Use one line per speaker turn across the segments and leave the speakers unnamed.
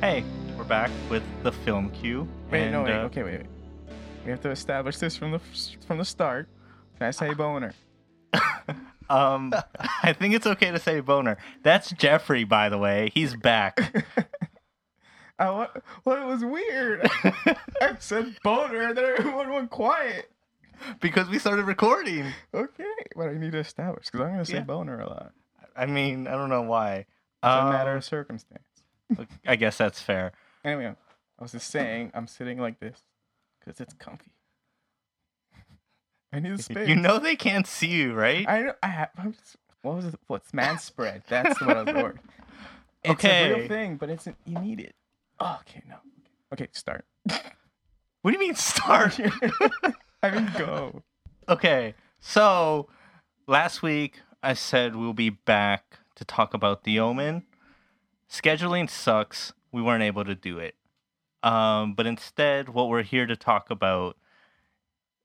Hey, we're back with the film cue.
Wait, no,
and,
wait.
uh,
okay, wait, wait. We have to establish this from the f- from the start. Can I say boner?
Um, I think it's okay to say boner. That's Jeffrey, by the way. He's back.
I wa- well, it was weird. I said boner, and then everyone went quiet.
because we started recording.
Okay, but I need to establish because I'm gonna say
Yeah.
boner a lot.
I mean, I don't know why.
It's
Um,
a matter of circumstance.
I guess that's fair.
Anyway, I was just saying I'm sitting like this because it's comfy. I need a space.
You know they can't see you, right?
I know. I have. I'm just, what was it? What's man spread? That's what I was worried. It's a
Okay.
real thing, but it's an, you need it. Oh, okay, no. Okay, start.
what do you mean start?
I mean, go.
okay, so last week I said we'll be back to talk about The Omen. Scheduling sucks. We weren't able to do it. Um, but instead, what we're here to talk about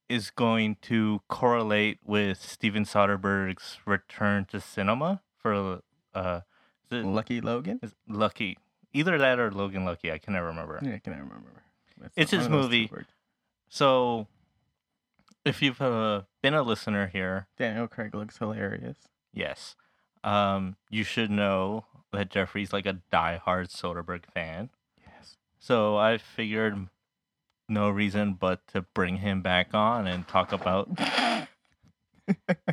is going to correlate with Steven Soderbergh's return to cinema for uh, is it-
Lucky Logan.
is Lucky. Either that or Logan Lucky. I can never remember.
Yeah, can I remember? That's
It's
one
his
of those two
movie.
words.
So, if you've uh, been a listener here,
Daniel Craig looks hilarious.
Yes. Um, you should know that Jeffrey's like a diehard Soderbergh fan.
Yes.
So I figured no reason but to bring him back on and talk about.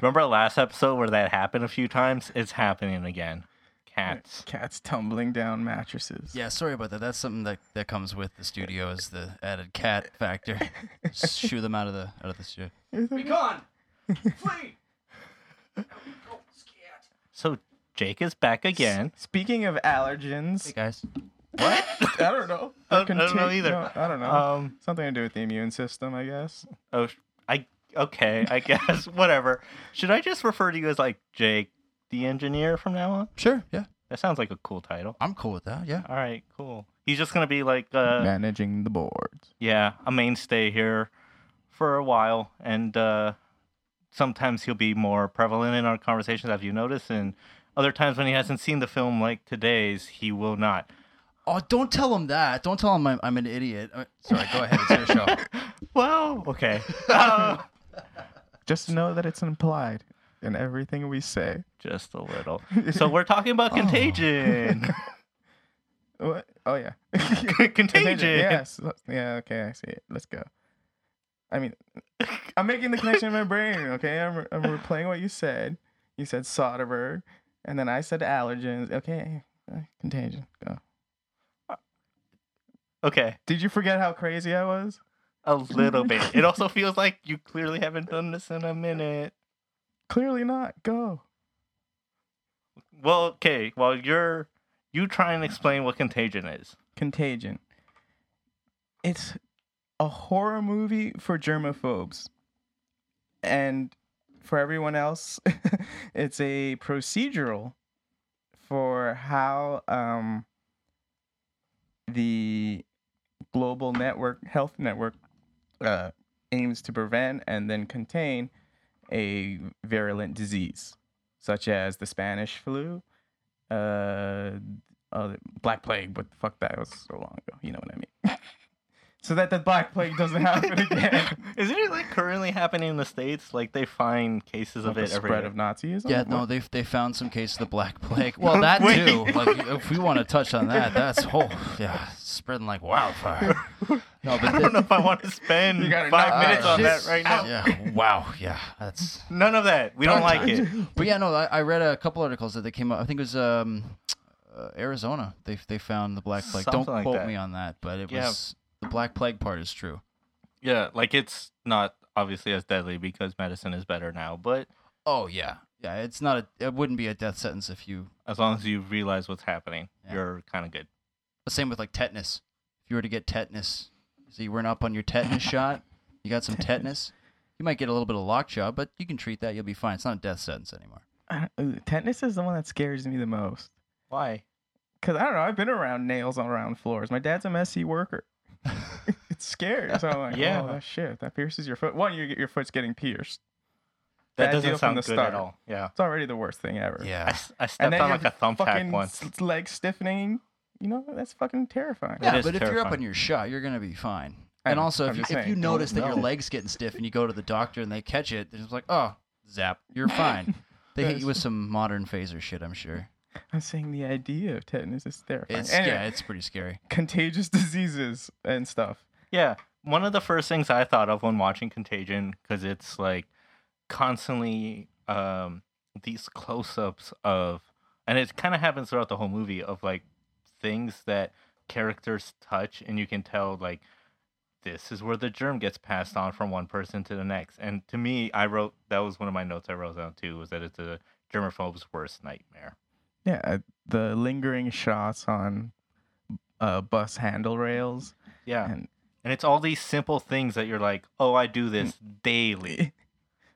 Remember last episode where that happened a few times? It's happening again. Cats.
Cats tumbling down mattresses.
Yeah, sorry about that. That's something that, that comes with the studio is the added cat factor. Shoo them out of the out of the studio.
So Jake is back again.
Speaking of allergens,
Hey guys,
what? I don't know. Uh,
I don't- I don't know
Contin-
either.
no, I don't know.
Um.
Something to do with the immune system, I guess.
Oh. sh- I. Okay. I guess. Whatever. Should I just refer to you as like Jake, the engineer, from now on?
sure, yeah,
That sounds like a cool title.
I'm cool with that. Yeah,
All right. Cool. He's just gonna be like. Uh,
Managing the boards.
yeah, a mainstay here for a while, and uh, sometimes he'll be more prevalent in our conversations, as you notice, and other times when he hasn't seen the film, like today's, he will not.
Oh, don't tell him that. Don't tell him I'm, I'm an idiot. Uh, sorry, go ahead. It's your show.
Well, okay. Uh,
Just know that it's implied in everything we say.
just a little. So we're talking about Contagion.
What? Oh yeah.
Contagion.
Yes. Yeah. Okay. I see it. Let's go. I mean, I'm making the connection in my brain. Okay. I'm I'm replaying what you said. You said Soderbergh, and then I said allergens. Okay. uh, Contagion. Go.
Okay,
Did you forget how crazy I was?
a little bit. It also feels like you clearly haven't done this in a minute.
Clearly not. Go.
Well, okay. Well, you're you try and explain what Contagion is.
Contagion. It's a horror movie for germaphobes. And for everyone else, it's a procedural for how um, the global network, health network, uh, aims to prevent and then contain a virulent disease, such as the Spanish flu, uh, uh, Black Plague, but fuck that was so long ago. You know what I mean. so that the Black Plague doesn't happen again.
Isn't it like currently happening in the states? Like they find cases of
the
it every
spread
year.
of Nazism.
Yeah, no,
What?
they they found some case of the Black Plague. Well, that
Wait.
too. Like, if we want to touch on that, that's whole. Yeah, spreading like wildfire. No, but
I don't know if I want to spend
You gotta Ah, knock
five
that
minutes on that
shit
right now.
yeah, wow, yeah, that's
None of that. We don't like it.
But yeah, no, I, I read a couple articles that they came out. I think it was um, uh, Arizona. They they found the black plague.
Something
Don't
like
quote
that.
me on that, but it
Yeah.
was the black plague part is true.
Yeah, like it's not obviously as deadly because medicine is better now, but
Oh yeah, yeah. It's not a. It wouldn't be a death sentence if you.
as long as you realize what's happening,
Yeah.
you're kind of good.
The same with like tetanus. If you were to get tetanus, so you weren't up on your tetanus shot. You got some tetanus. You might get a little bit of lockjaw, but you can treat that. You'll be fine. It's not a death sentence anymore.
I don't- ooh, tetanus is the one that scares me the most.
Why?
Cause I don't know. I've been around nails on around floors. My dad's a messy worker. it's scary. So I'm like,
Yeah.
yeah, oh, that shit. That pierces your foot. One, your your foot's getting pierced.
That
Bad
doesn't
deal from
sound
the
good
start.
at all. Yeah.
It's already the worst thing ever.
I,
Yeah.
s- I
And
stepped
then
on
your
like a
fucking
thumbtack once.
s- leg stiffening. you know that's fucking terrifying.
That
yeah,
is
but if you're up
terrifying.
on your shot, you're gonna be fine.
I
And
know,
also,
I'm
if you,
just
if you
saying,
notice that your
no.
leg's getting stiff and you go to the doctor and they catch it, they're just like, oh, zap, you're fine. they hit you with some modern phaser shit, I'm sure.
I'm saying the idea of tetanus is terrifying.
It's
Anyway,
yeah, it's pretty scary.
contagious diseases and stuff.
Yeah. One of the first things I thought of when watching Contagion, because it's like constantly um, these close ups of, and it kind of happens throughout the whole movie, of like things that characters touch, and you can tell, like, this is where the germ gets passed on from one person to the next. And to me, I wrote that was one of my notes I wrote down too, was that it's a germaphobe's worst nightmare.
Yeah, uh, the lingering shots on uh, bus handle rails.
Yeah.
And-
and it's all these simple things that you're like, oh, I do this daily.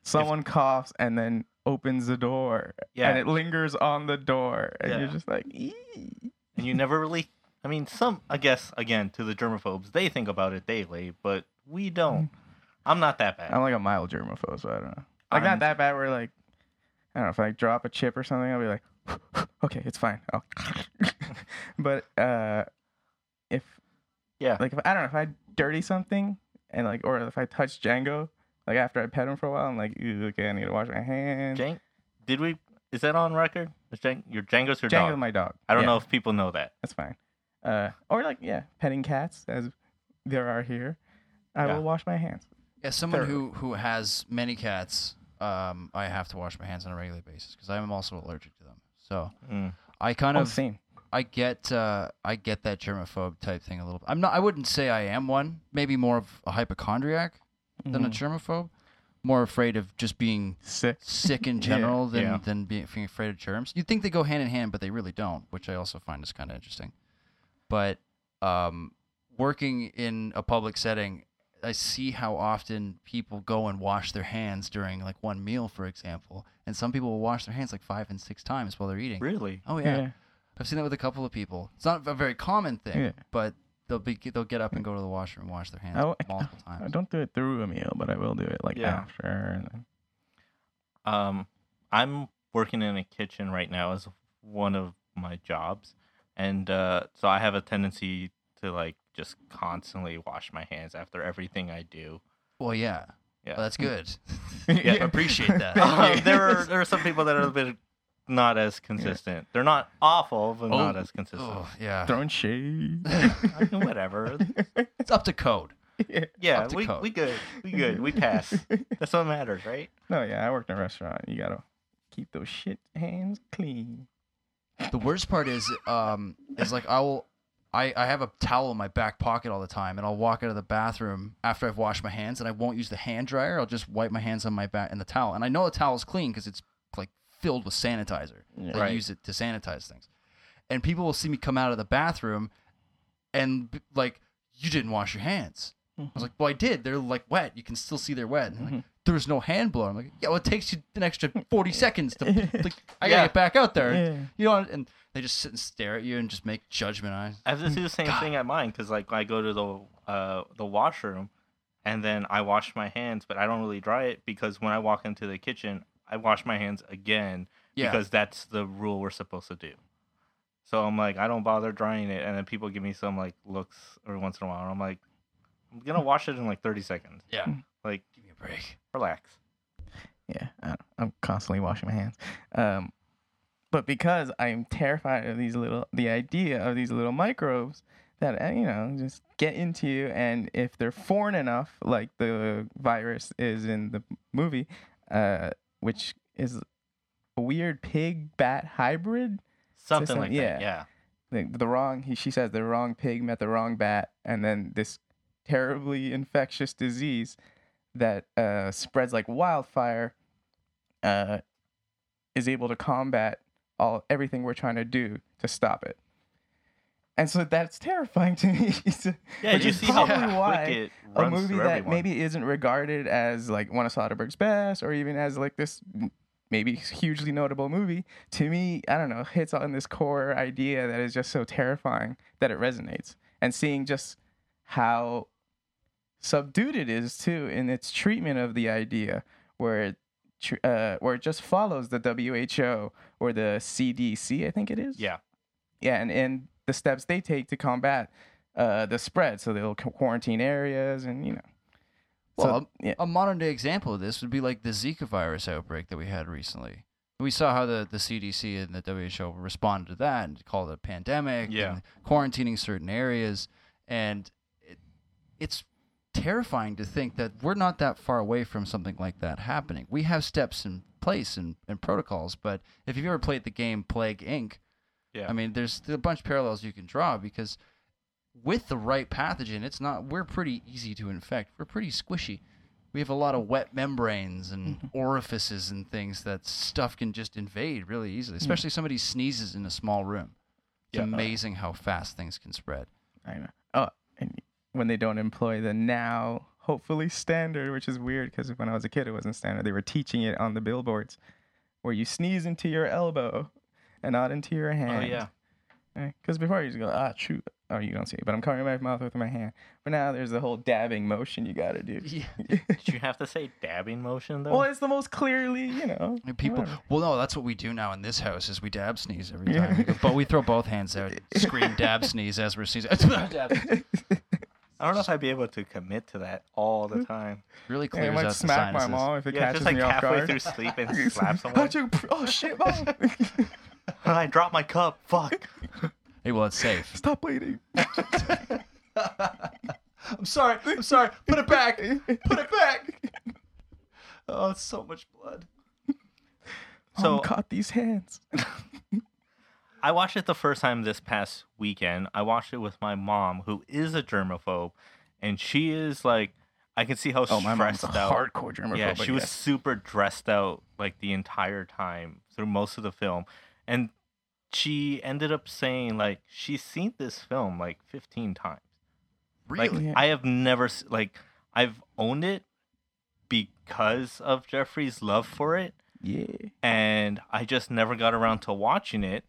Someone coughs and then opens the door,
Yeah.
and it lingers on the door, and
Yeah.
you're just like, "Ee."
and you never really i mean some i guess again to the germaphobes they think about it daily but we don't
Mm-hmm.
i'm not that bad
I'm like a mild germaphobe, so I don't know. Like
I'm-
not that bad. Where like, I don't know if I drop a chip or something, I'll be like, okay, it's fine. I'll but uh, if
yeah
like if I don't know if I dirty something and like or if I touch Django, like after I pet him for a while, I'm like, "Ew, okay, I need to wash my hands.
Jang- did we is that on record is Jang- your django's your
Django's
dog
my dog.
i don't
Yeah,
know if people know that
That's fine. Uh, or like yeah, petting cats as there are here. I
Yeah.
will wash my hands.
As someone
Thoroughly.
who who has many cats, um, I have to wash my hands on a regular basis because I'm also allergic to them. So
Mm.
I kind
Oh,
of
same.
I get uh, I get that germaphobe type thing a little. I'm not. I wouldn't say I am one. Maybe more of a hypochondriac than a
Mm-hmm.
Mhm.
germaphobe. More afraid of just being
Sick.
sick in
Yeah.
general than
Yeah.
than being, being afraid of germs. You'd think they go hand in hand, but they really don't, which I also find is kind of interesting. But um, working in a public setting, I see how often people go and wash their hands during like one meal, for example, and some people will wash their hands like five and six times while they're eating.
really
Oh yeah.
Yeah.
I've seen that with a couple of people. It's not a very common thing,
Yeah.
but they'll be they'll get up and go to the washer and wash their hands
Oh, I-
multiple
I
times.
don't do it through a meal, but I will do it like
Yeah.
after. And then.
um i'm working in a kitchen right now as one of my jobs and uh so i have a tendency to like just constantly wash my hands after everything i do
Well, yeah.
Yeah.
Well, that's good.
Yeah.
appreciate that.
Thank
Um,
you.
there are there are some people that are a bit not as consistent. They're not awful, but
Oh.
not as consistent.
oh, yeah.
Throwing shade.
I mean, whatever.
It's up to code.
yeah.
Yeah,
Up to
we,
code.
we good. We good. We pass. That's what matters, right?
No, yeah, I worked in a restaurant. You gotta keep those shit hands clean.
The worst part is, um, is like I will, I, I have a towel in my back pocket all the time, and I'll walk out of the bathroom after I've washed my hands, and I won't use the hand dryer. I'll just wipe my hands on my back in the towel, and I know the towel's clean because it's like filled with sanitizer.
Yeah.
They
Right.
use it to sanitize things, and people will see me come out of the bathroom, and be like, "You didn't wash your hands." I
Mm-hmm.
was like, "Well, I did. They're like wet. You can still see they're wet." And they're like, there's no hand blower. I'm like, "Yeah, well, it takes you an extra 40 seconds to like, I gotta
Yeah.
get back out there."
Yeah.
You know, and they just sit and stare at you and just make judgment eyes.
I have to do the same thing at mine because like I go to the uh the washroom, and then I wash my hands, but I don't really dry it because when I walk into the kitchen, I wash my hands again
Yeah.
because that's the rule we're supposed to do. So I'm like, I don't bother drying it, and then people give me some like looks every once in a while. and I'm like, I'm gonna wash it in like 30 seconds.
yeah.
Like,
Give me a break.
relax.
Yeah, I don't- I'm constantly washing my hands. Um, but because I'm terrified of these little, the idea of these little microbes that uh, you know just get into you, and if they're foreign enough, like the virus is in the movie, uh, which is a weird pig bat hybrid.
Something
some-
like
yeah.
that. Yeah.
the, the wrong he, she says the wrong pig met the wrong bat and then this terribly infectious disease that uh, spreads like wildfire uh, is able to combat all everything we're trying to do to stop it and so that's terrifying to me
Yeah.
Which
you
is
see how
probably why
quick it
a
runs
movie
through
that
everyone.
maybe isn't regarded as like one of Soderbergh's best, or even as like this m- maybe hugely notable movie. To me, I don't know, hits on this core idea that is just so terrifying that it resonates, and seeing just how subdued it is too in its treatment of the idea, where it tr- uh, where it just follows the WHO or the CDC, I think it is
Yeah.
yeah and, and the steps they take to combat uh, the spread. So they'll qu- quarantine areas and, you know. So,
Well, um,
yeah.
a modern day example of this would be like the Zika virus outbreak that we had recently. We saw how the, the CDC and the WHO responded to that and called it a pandemic,
Yeah.
and quarantining certain areas. And it, it's terrifying to think that we're not that far away from something like that happening. We have steps in place and, and protocols, but if you've ever played the game Plague Inc.,
Yeah.
I mean, there's a bunch of parallels you can draw because with the right pathogen, it's not. We're pretty easy to infect. We're pretty squishy. We have a lot of wet membranes and orifices and things that stuff can just invade really easily. Especially if somebody sneezes in a small room. It's
Yeah.
amazing how fast things can spread.
I know. Oh, and when they don't employ the now hopefully standard, which is weird because when I was a kid, it wasn't standard. They were teaching it on the billboards, where you sneeze into your elbow and not into your
oh
hand.
yeah.
Because before you just go ah true. Oh, you don't see it, but I'm covering my mouth with my hand. But now there's the whole dabbing motion you gotta do.
Yeah.
Did you have to say dabbing motion though?
Well, it's the most clearly, you know.
And people,
whatever.
well, no, that's what we do now in this house is we dab sneeze every
Yeah.
time. We go- but we throw both hands out, scream dab sneeze as we're sneezing. Dab.
I don't know if I'd be able to commit to that all
Hmm.
the time.
Really
Yeah, I
clears
might
out the
smack my
sinuses.
mom if it
Yeah,
catches
just like
me off
halfway
guard.
through sleep and slap someone.
How'd you? Oh shit, mom!
I dropped my cup. Fuck.
Hey, well, it's safe.
Stop bleeding.
I'm sorry. I'm sorry. Put it back. Put it back. Oh, it's so much blood.
So-
Mom caught these hands.
I watched it the first time this past weekend. I watched it with my mom, who is a germaphobe, and she is like, I can see how
Oh, my mom's
stressed
a
out.
hardcore germaphobe.
yeah, she
I
was
guess.
super dressed out like the entire time through most of the film, and she ended up saying like she's seen this film like 15 times. Like
Really?
Yeah.
I have never s- like I've owned it because of Jeffrey's love for it,
Yeah.
and I just never got around to watching it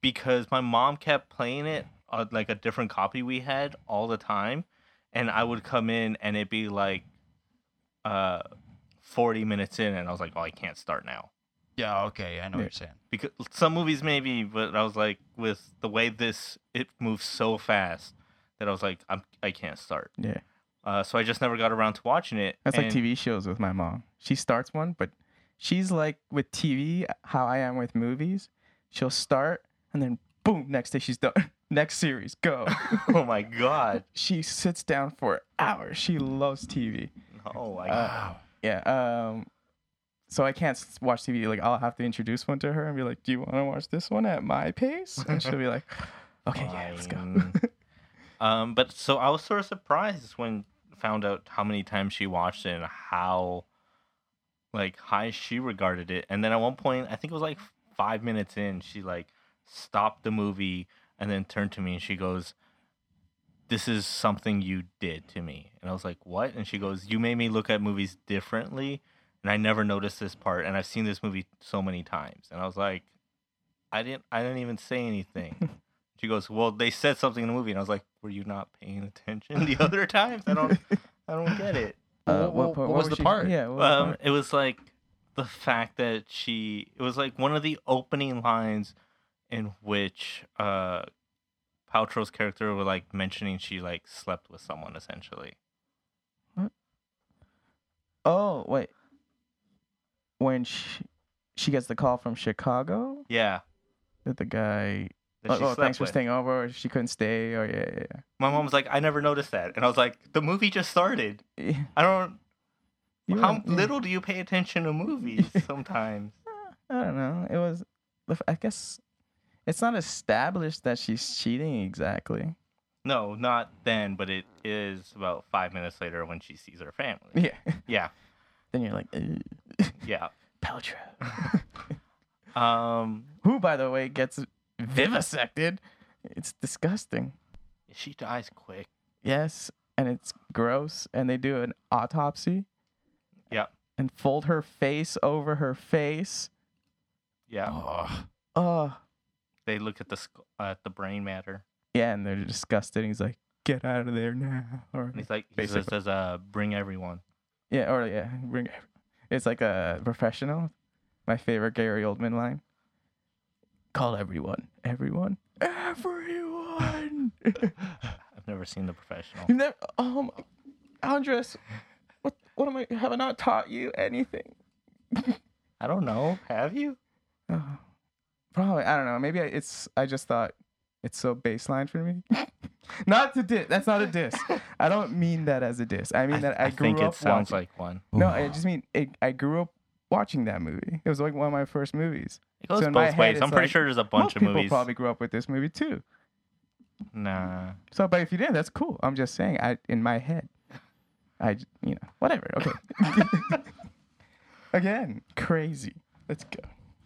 because my mom kept playing it uh, like a different copy we had all the time, and I would come in and it'd be like, uh, forty minutes in, and I was like, oh, I can't start now
yeah. Okay. I know what
Yeah.
you're saying.
because some movies maybe, but I was like, with the way this it moves so fast that I was like, I'm I can't start.
Yeah.
Uh, so I just never got around to watching it.
That's like
and-
TV shows with my mom. She starts one, but she's like with TV, how I am with movies. She'll start and then boom, next day she's done. Next series, go.
Oh my god!
she sits down for hours. She loves TV.
Oh my god!
Uh, yeah. Um, so I can't s- watch TV. Like I'll have to introduce one to her and be like, "Do you want to watch this one at my pace?" And she'll be like, "Okay, yeah, let's go."
Fine. um, but so I was sort of surprised when found out how many times she watched it and how like high she regarded it. And then at one point, I think it was like five minutes in, she like stopped the movie and then turned to me and she goes, "This is something you did to me." And I was like, "What?" And she goes, "You made me look at movies differently." And I never noticed this part, and I've seen this movie so many times. And I was like, I didn't, I didn't even say anything. She goes, "Well, they said something in the movie," and I was like, "Were you not paying attention the other times? I don't, I don't get it."
Uh,
Wha-
what,
wha-
what was the
she-
part?
Yeah. what was the
Um,
part?
it was like the fact that she, it was like one of the opening lines in which uh, Paltrow's character was like mentioning she like slept with someone essentially.
Oh wait. When she she gets the call from Chicago
Yeah,
that the guy.
that
Oh,
she
oh,
slept
thanks for
with.
staying over. Or she couldn't stay. Or yeah, yeah, yeah.
My mom was like, "I never noticed that," and I was like, "The movie just started.
yeah.
I don't.
You
how
wouldn't- yeah.
little do you pay attention to movies sometimes?"
I don't know. It was. the f- I guess it's not established that she's cheating exactly.
No, not then, but it is about five minutes later when she sees her family.
Yeah.
Yeah,
then you're like, "Ugh,
yeah.
Paltrow,
Um,
who by the way gets vivisected. It's disgusting.
she dies quick.
Yes, and it's gross. And they do an autopsy.
Yeah.
And fold her face over her face.
Yeah,
Oh,
Oh,
they look at the sc- uh, the brain matter,
yeah. And they're disgusted. And he's like, "Get out of there now!" Or
and he's like, he just
Mm. Basically.
says, "Uh, bring everyone."
yeah, or yeah, bring. It's like a professional. My favorite Gary Oldman line. Call everyone, everyone, Everyone.
I've never seen The Professional.
You never, oh my, Andres, what, what am I? Have I not taught you anything?
I don't know. Have you? Uh-huh.
Oh, probably. I don't know. Maybe I, it's. I just thought it's so baseline for me. not to diss. That's not a diss. I don't mean that as a diss. I mean that I, grew
think
up
it sounds
watching.
like one.
no, I just mean it, I grew up watching that movie. It was like one of my first movies.
It goes
So in my
both
head,
ways. I'm
it's
pretty
like,
sure there's a bunch
Most
of
people
movies.
probably grew up with this movie too.
Nah.
So, but if you did, that's cool. I'm just saying, I in my head, I j- you know whatever. Okay. Again, crazy. Let's go.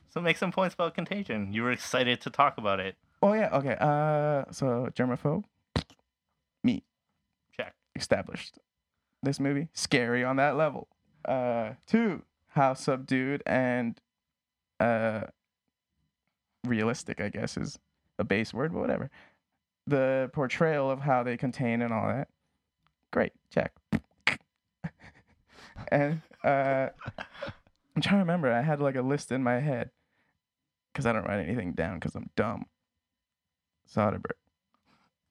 So make some points about Contagion. You were excited to talk about it.
Oh yeah. Okay. Uh, so germaphobe
Check.
established. This movie scary on that level. Uh, two how subdued and uh realistic, I guess, is a base word, but whatever. The portrayal of how they contain and all that. Great, check. and uh, I'm trying to remember. I had like a list in my head because I don't write anything down because I'm dumb. Soderbergh.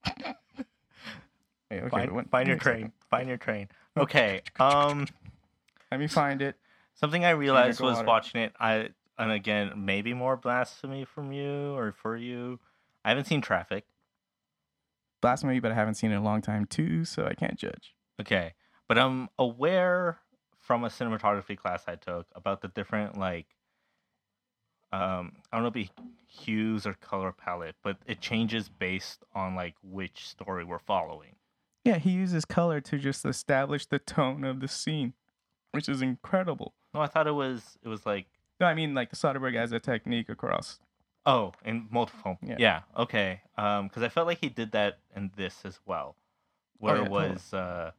Wait, okay,
find,
but what-
find your
wait a second.
train. Find your train. Okay. Um.
Let me find it.
Something I realized
drink a
was
water.
watching it. I and again, maybe more blasphemy from you or for you. I haven't seen Traffic.
Blasphemy, but I haven't seen it in a long time too, so I can't judge.
Okay. But I'm aware from a cinematography class I took about the different like um I don't know if it hues or color palette, but it changes based on like which story we're following.
Yeah, he uses color to just establish the tone of the scene, which is incredible.
No, I thought it was it was like
No, I mean like the Soderbergh has a technique across.
oh, in multiple. Yeah,
Yeah.
okay. Um cuz I felt like he did that in this as well. Where
Oh, yeah,
it
totally.
was uh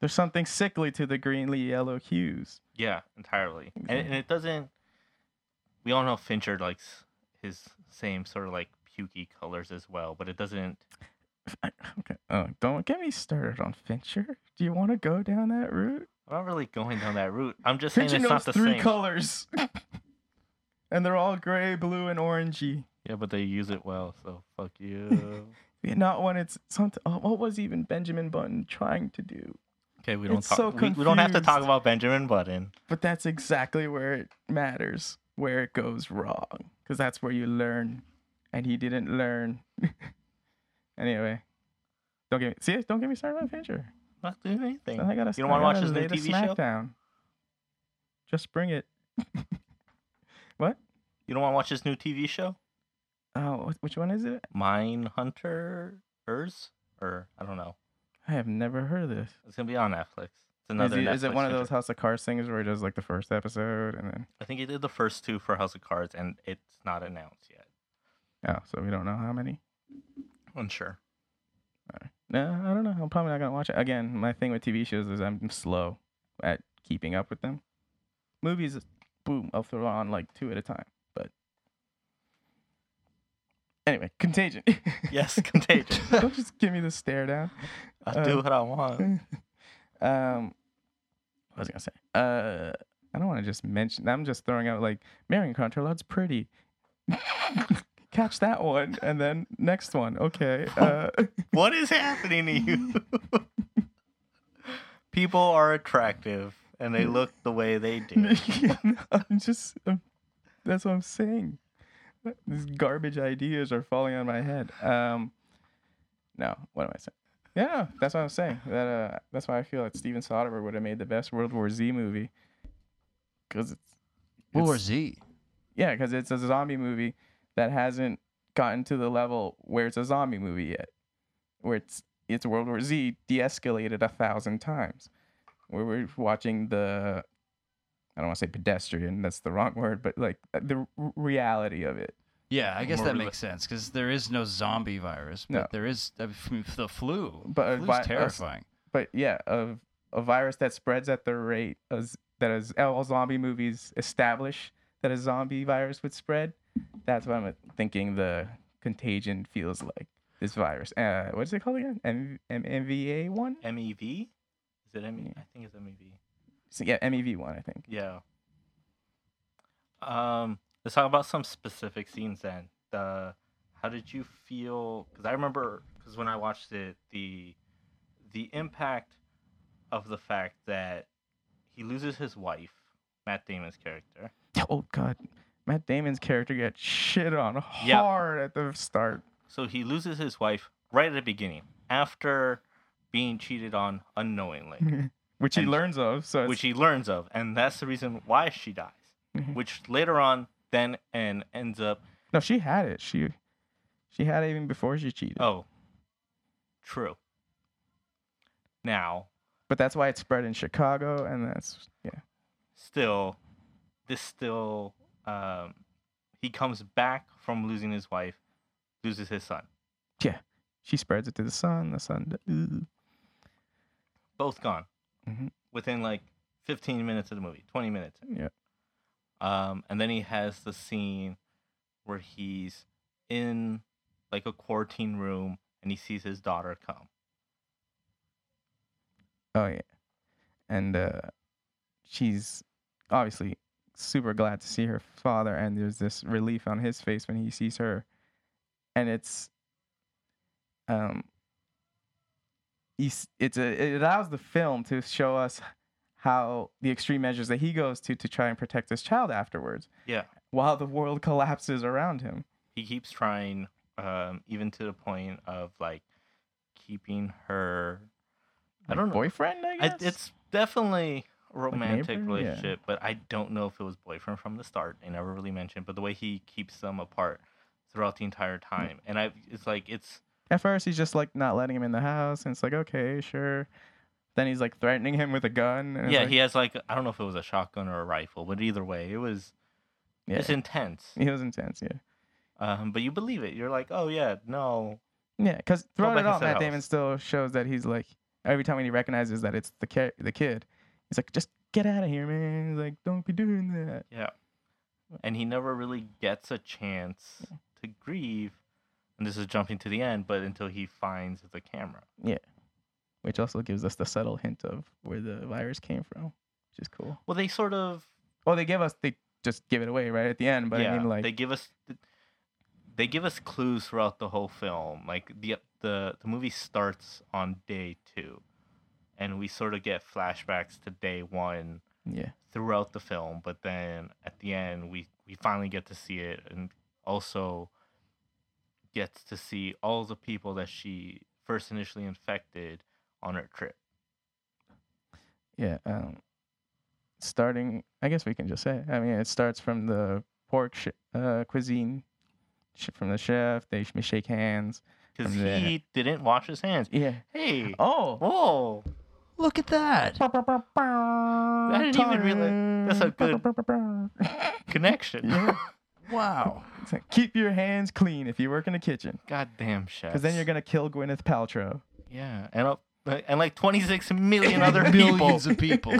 There's something sickly to the greenly yellow hues.
Yeah, entirely.
Exactly.
And, and it doesn't. We all know Fincher likes his same sort of like pukey colors as well, but it doesn't.
Okay. Oh, don't get me started on Fincher. Do you want to go down that route?
I'm not really going down that route. I'm just saying
Fincher
it's
knows
not the
three
same.
colors, and they're all gray, blue, and orangey.
yeah, but they use it well, so fuck you.
Not when it's something. Oh, what was even Benjamin Button trying to do?
okay, we don't
It's
talk.
so
we, we don't have to talk
confused.
about Benjamin Button.
But that's exactly where it matters, where it goes wrong, because that's where you learn. And he didn't learn. anyway, don't get me see. Don't get me started on Fincher.
Not doing anything.
I gotta.
You don't wanna watch his
this
new TV show?
SmackDown. Just bring it. what?
You don't want to watch this new TV show,
Oh, wh- which one is it?
Mine Hunters, or I don't know.
I have never heard of this.
It's gonna be on Netflix. It's
Is
another.
it, is it
Netflix
one of
venture.
those House of Cards things where he does like the first episode and then
I think he did the first two for House of Cards, and it's not announced yet.
oh, so we don't know how many. Mm,
Unsure.
No, I don't know. I'm probably not gonna watch it again. My thing with TV shows is I'm slow at keeping up with them. Movies, boom, I'll throw on like two at a time. But anyway, Contagion.
Yes, Contagion.
don't just give me the stare down.
I'll do
Uh,
what I want.
um, what was I gonna say? Uh, I don't want to just mention. I'm just throwing out like Marion Contrelard's pretty. Catch that one, and then next one. Okay. Uh,
What is happening to you? People are attractive and
Mm.
they look the way they do.
I'm just. i that's what I'm saying. These garbage ideas are falling on my head. Um, no, what am I saying? Yeah, that's what I'm saying. That uh, that's why I feel that Steven Soderbergh would have made the best World War Z movie. Because it's
World War
it's-
Z.
yeah, because it's a zombie movie that hasn't gotten to the level where it's a zombie movie yet, where it's it's World War Z de-escalated a thousand times, where we're watching the, I don't want to say pedestrian, that's the wrong word, but like the r- reality of it.
Yeah, I guess
More
that
rela-
makes sense because there is no zombie virus, but
No.
there is I mean, the flu.
But a
Flu's
vi- a s-
terrifying.
But yeah, of a virus that spreads at the rate as that as all zombie movies establish that a zombie virus would spread. That's what I'm thinking. The contagion feels like this virus. Uh, what is it called again? M- M- MVA one.
MEV? E Is it MEV?
Yeah.
I think it's E MEV.
So, yeah, MEV one. I think.
Yeah. Um, let's talk about some specific scenes then. The How did you feel? Because I remember, because when I watched it, the the impact of the fact that he loses his wife, Matt Damon's character.
Oh God, Matt Damon's character got shit on hard at the start.
So he loses his wife right at the beginning after being cheated on unknowingly.
which he
And-
learns of. So it's,
which he learns of, and that's the reason why she dies.
Mhm.
Which later on then and ends up
no, she had it. She she had it even before she cheated.
oh true. Now,
But that's why it spread in Chicago, and that's yeah.
still this still um he comes back from losing his wife, loses his son.
She spreads it to the sun. The sun. Ooh.
Both gone.
Mhm.
Within like fifteen minutes of the movie, twenty minutes.
Yeah.
Um, and then he has the scene where he's in like a quarantine room and he sees his daughter come.
Oh yeah, and uh, she's obviously super glad to see her father, and there's this relief on his face when he sees her, and it's um, he's, it's a it allows the film to show us how the extreme measures that he goes to to try and protect his child afterwards,
Yeah.
while the world collapses around him.
He keeps trying, um, even to the point of like keeping her. I
Like
don't know.
boyfriend. I
I,
guess
it's definitely a romantic
neighbor? Yeah.
relationship, but I don't know if it was boyfriend from the start. They never really mentioned, but the way he keeps them apart throughout the entire
Mm.
time, and I, it's like it's
At first, he's just like not letting him in the house, and it's like, okay, sure. Then he's like threatening him with a gun. And it's
yeah.
like,
he has like I don't know if it was a shotgun or a rifle, but either way, it was
yeah.
it's intense.
he was intense. Yeah,
Um, but you believe it. You're like, oh yeah, no,
yeah. Because throughout
back
it all,
inside the
Matt
house.
Damon still shows that he's like every time when he recognizes that it's the ki- the kid, he's like, just get out of here, man. He's like, don't be doing that.
yeah. And he never really gets a chance to grieve. And this is jumping to the end, but until he finds the camera.
Which also gives us the subtle hint of where the virus came from, which is cool.
Well, they sort of
Well, they give us they just give it away right at the end, but
yeah,
I mean like
they give us they give us clues throughout the whole film. Like the the the movie starts on day two, and we sort of get flashbacks to day one
yeah,
throughout the film. But then at the end, we we finally get to see it, and also gets to see all the people that she first initially infected on her trip.
yeah. Um, starting, I guess we can just say. It. I mean, it starts from the pork sh- uh, cuisine sh- from the chef. They sh- shake hands.
Because
From there.
he didn't wash his hands.
Yeah.
Hey,
Oh.
whoa!
Look at that.
I
didn't even realize- that's a good- Connection.
Yeah.
Wow.
It's like, Keep your hands clean if you work in the kitchen,
Goddamn chef.
because then you're gonna kill Gwyneth Paltrow.
Yeah, and up, and like 26 million other people,
Millions of people.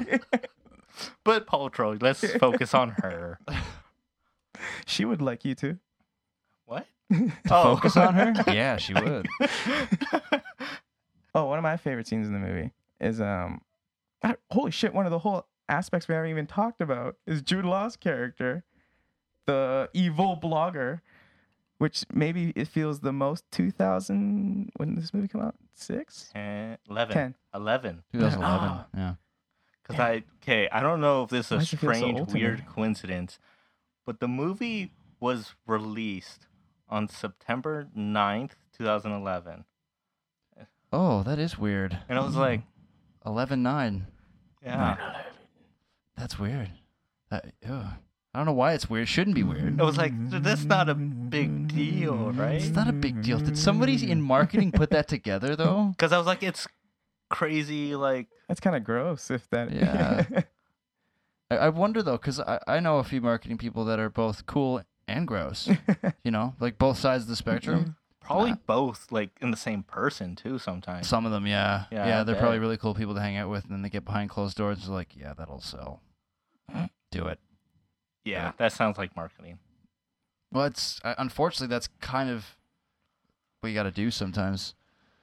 but Paltrow. Let's focus on her.
She would like you to.
What? oh,
Focus on her? Yeah, she would.
Oh, one of my favorite scenes in the movie is um, I- holy shit! One of the whole aspects we haven't even talked about is Jude Law's character, the evil blogger, which maybe it feels the most 2000 when did this movie come out six.
10, 11,
10.
11.
2011.
Ah.
yeah.
Because I okay, I don't know if this
Why'd
is a
you feel so
strange,
old to me?
weird coincidence, but the movie was released on September 9th, 2011,
Oh, that is weird.
and I was like,
11 9.
yeah,
That's weird. That, ugh. I don't know why it's weird. It shouldn't be weird.
it was like that's not a big deal, right?
It's not a big deal. Did somebody in marketing put that together, though?
Because I was like, it's crazy, like
That's kind of gross if that.
Yeah. I, I wonder, though, because I, I know a few marketing people that are both cool and gross, you know, like both sides of the spectrum.
Probably both, like in the same person too. Sometimes.
Some of them, yeah.
Yeah,
Yeah,
I
they're probably
bet.
really cool people to hang out with, and then they get behind closed doors and like, yeah, that'll sell.
Mm.
Do it.
Yeah, that sounds like marketing.
Well, it's uh, unfortunately that's kind of what you got to do sometimes.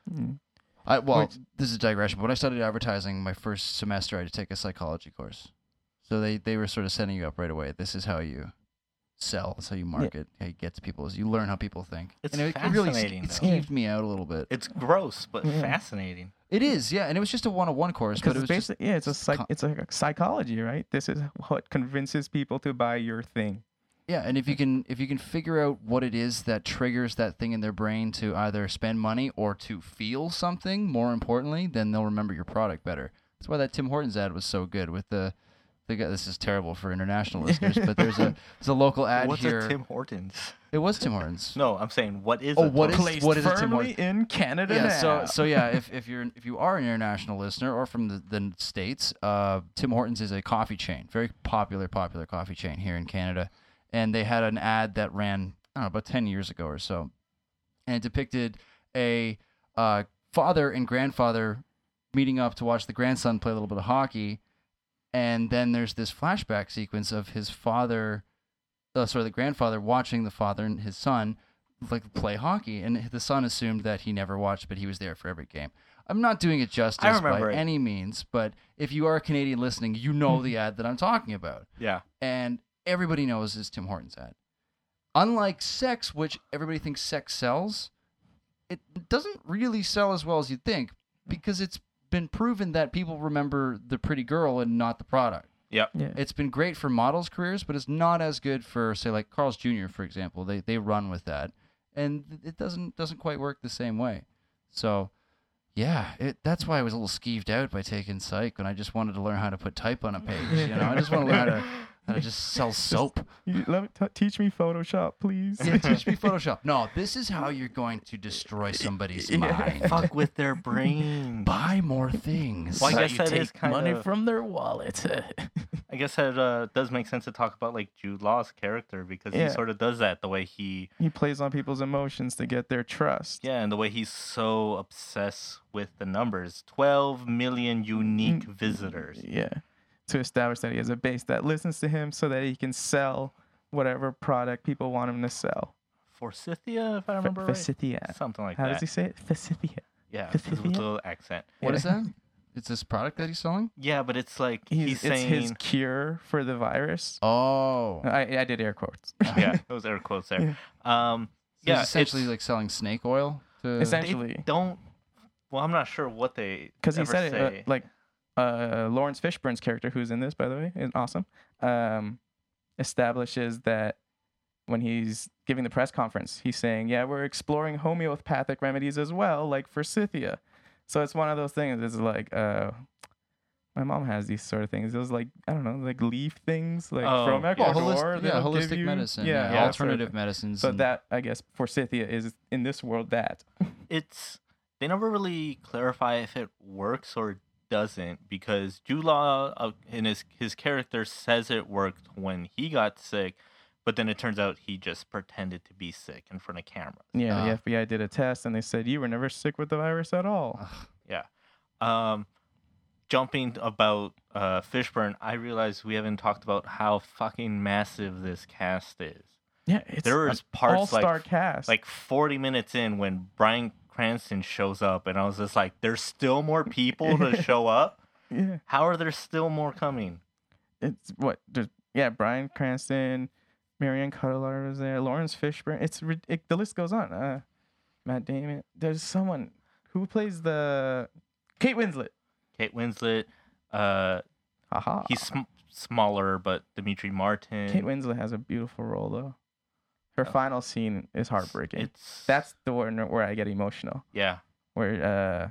Mm.
I well,
Which-
this is a digression. But when I studied advertising, my first semester, I had to take a psychology course. So they they were sort of setting you up right away. This is how you sell. That's how you market. How you get to people is you learn how people think.
It's
and it, it really ske-
fascinating,
it
though.
skeeved me out a little bit.
It's gross, but
Yeah.
fascinating.
It is, yeah. And it was just a one-on-one course, but
Because it's
it was just,
basically yeah, it's a psych,
con-
it's a psychology, right? This is what convinces people to buy your thing.
yeah. And if you can if you can figure out what it is that triggers that thing in their brain to either spend money or to feel something, more importantly, then they'll remember your product better. That's why that Tim Hortons ad was so good with the. The guy, this is terrible for international listeners, but there's a there's a local ad
What's
here.
a Tim Hortons?
It was Tim Hortons.
No, I'm saying what is
Oh,
a
what
Tim
is-
Hortons?
Placed
what is a Tim
firmly in Canada
yeah, so
now.
so yeah, if, if you're if you are an international listener or from the, the states, uh, Tim Hortons is a coffee chain, very popular popular coffee chain here in Canada, and they had an ad that ran I don't know about ten years ago or so, and it depicted a uh, father and grandfather meeting up to watch the grandson play a little bit of hockey, and then there's this flashback sequence of his father, uh, sorry, the grandfather watching the father and his son like play hockey, and the son assumed that he never watched, but he was there for every game. I'm not doing it justice
remember
by
it. Hmm.
any means, but if you are a Canadian listening, you know the ad that I'm talking about
Yeah.
and everybody knows is Tim Hortons ad. Unlike sex, which everybody thinks sex sells, it doesn't really sell as well as you'd think because it's been proven that people remember the pretty girl and not the product.
Yep.
yeah.
It's been great for models' careers, but it's not as good for say like Carl's Jr. for example. They they run with that, and it doesn't doesn't quite work the same way. So, yeah, it, that's why I was a little skeeved out by taking psych when I just wanted to learn how to put type on a page. You know, I just want to learn how to how to just sell soap.
You- let me t- teach me Photoshop, please.
Yeah, teach me Photoshop. No, this is how you're going to destroy somebody's mind.
Fuck with their brain.
Buy more things.
Well, I guess that is kind of.
from their wallet.
I guess that uh, does make sense to talk about like Jude Law's character because
Yeah.
he sort of does that the way he,
he plays on people's emotions to get their trust.
yeah, and the way he's so obsessed with the numbers. Twelve million
Mm-hmm.
unique visitors.
Yeah. To establish that he has a base that listens to him so that he can sell whatever product people want him to sell.
Forsythia, if I
Fa-
remember right.
Forsythia.
Something like
How
that.
does he say it? Forsythia.
yeah, with a
Forsythia?
little accent.
What is that? It's this product that he's selling.
Yeah, but it's like
He's,
he's,
it's
saying.
his cure for the virus.
Oh,
I, I did air quotes.
yeah, those air quotes there. Um,
So
yeah,
it's essentially
it's-
like selling snake oil. To...
they
Essentially,
don't. Well, I'm not sure what they
because he
ever
said it
say.
uh, like uh, Lawrence Fishburne's character, who's in this by the way, is awesome. Um, establishes that when he's giving the press conference, he's saying, "Yeah, we're exploring homeopathic remedies as well, like for Scythia." So it's one of those things. It's like uh, my mom has these sort of things. Those like I don't know, like leaf things, like
Oh,
from
yeah.
Ecuador.
holistic, yeah,
that'll give
holistic
you-
medicine,
yeah, that
yeah,
sort of
alternative
thing.
medicines.
So
and-
that I guess for Scythia is in this world that
it's they never really clarify if it works or doesn't because Jude Law uh, and his his character says it worked when he got sick, but then it turns out he just pretended to be sick in front of cameras.
yeah,
Ah.
the FBI did a test and they said you were never sick with the virus at all.
Ugh.
Um, jumping about uh, Fishburne, I realized we haven't talked about how fucking massive this cast is.
Yeah, it's
There was parts
all star
like
cast.
like 40 minutes in when Brian Cranston shows up, and I was just like, "There's still more people to show up.
yeah,
How are there still more coming?"
it's what there's yeah Brian Cranston, Marion Cotillard was there, Lawrence Fishburne. It's rid- it, the list goes on. Uh, Matt Damon. There's someone who plays the Kate Winslet.
Kate Winslet, uh,
Haha.
he's sm- smaller, but Dimitri Martin.
Kate Winslet has a beautiful role though.
Oh.
Her final scene is heartbreaking.
It's
That's the one where I get emotional.
yeah.
Where uh,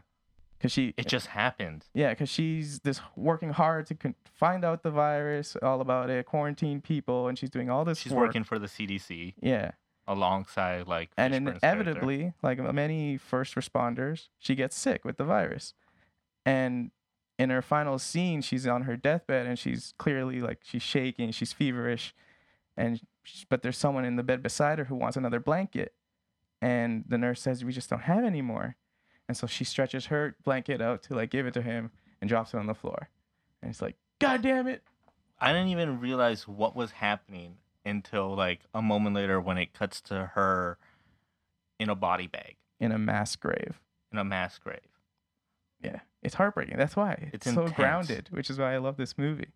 cause she
It just happened.
Yeah, because she's this working hard to con- find out the virus, all about it, quarantine people, and she's doing all this.
She's
work.
working for the CDC
Yeah,
alongside like
and
Fishburne's character.
inevitably, like many first responders, she gets sick with the virus, and in her final scene, she's on her deathbed, and she's clearly like she's shaking, she's feverish, and sh- but there's someone in the bed beside her who wants another blanket, and the nurse says we just don't have any more, and so she stretches her blanket out to like give it to him and drops it on the floor, and it's like God damn it,
I didn't even realize what was happening until like a moment later when it cuts to her in a body bag
in a mass grave.
in a mass grave.
Yeah, it's heartbreaking. That's why it's,
It's
so
intense.
grounded, which is why I love this movie.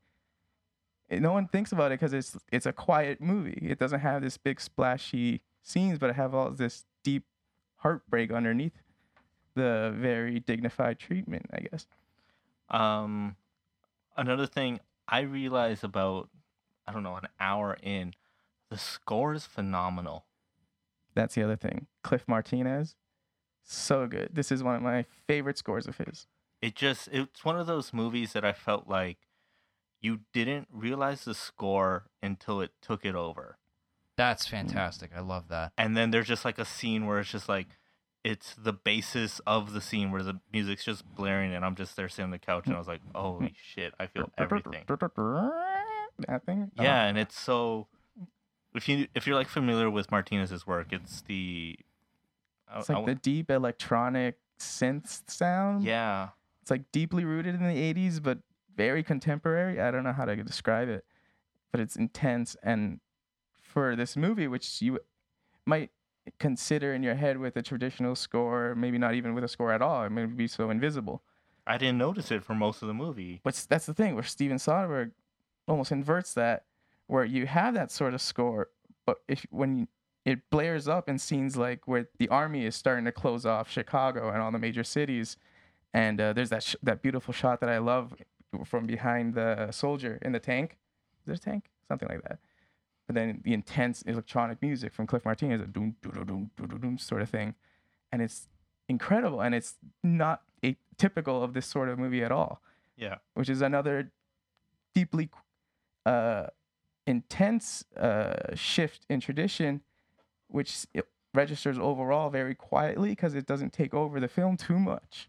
it- Eh, no one thinks about it because it's it's a quiet movie. It doesn't have this big splashy scenes, but it have all this deep heartbreak underneath the very dignified treatment, I guess.
Um, another thing I realized about, I don't know, an hour in, the score is phenomenal.
That's the other thing. Cliff Martinez, so good. This is one of my favorite scores of his.
It just, it's one of those movies that I felt like you didn't realize the score until it took it over.
That's fantastic. I love that.
And then there's just like a scene where it's just like, it's the basis of the scene where the music's just blaring, and I'm just there sitting on the couch, and I was like, "Holy shit! I feel everything."
That thing. Oh,
Yeah, and it's so. If you if you're like familiar with Martinez's work, it's the. I-
Uh, it's
I
like the
w-
deep electronic synth sound.
yeah,
It's like deeply rooted in the 80s, but very contemporary. I don't know how to describe it, but it's intense. And for this movie, which you might consider in your head with a traditional score, maybe not even with a score at all, it may be so invisible.
I didn't notice it for most of the movie.
But s- that's the thing where Steven Soderbergh almost inverts that, where you have that sort of score, but if when you, it blares up in scenes like where the army is starting to close off Chicago and all the major cities, and uh, there's that sh- that beautiful shot that I love from behind the soldier in the tank. Is it a tank? Something like that. But then the intense electronic music from Cliff Martinez, a doom doo doo doom doo doo doom sort of thing, and it's incredible, and it's not a typical of this sort of movie at all
Yeah,
which is another deeply uh, intense uh, shift in tradition, which s- it registers overall very quietly because it doesn't take over the film too much,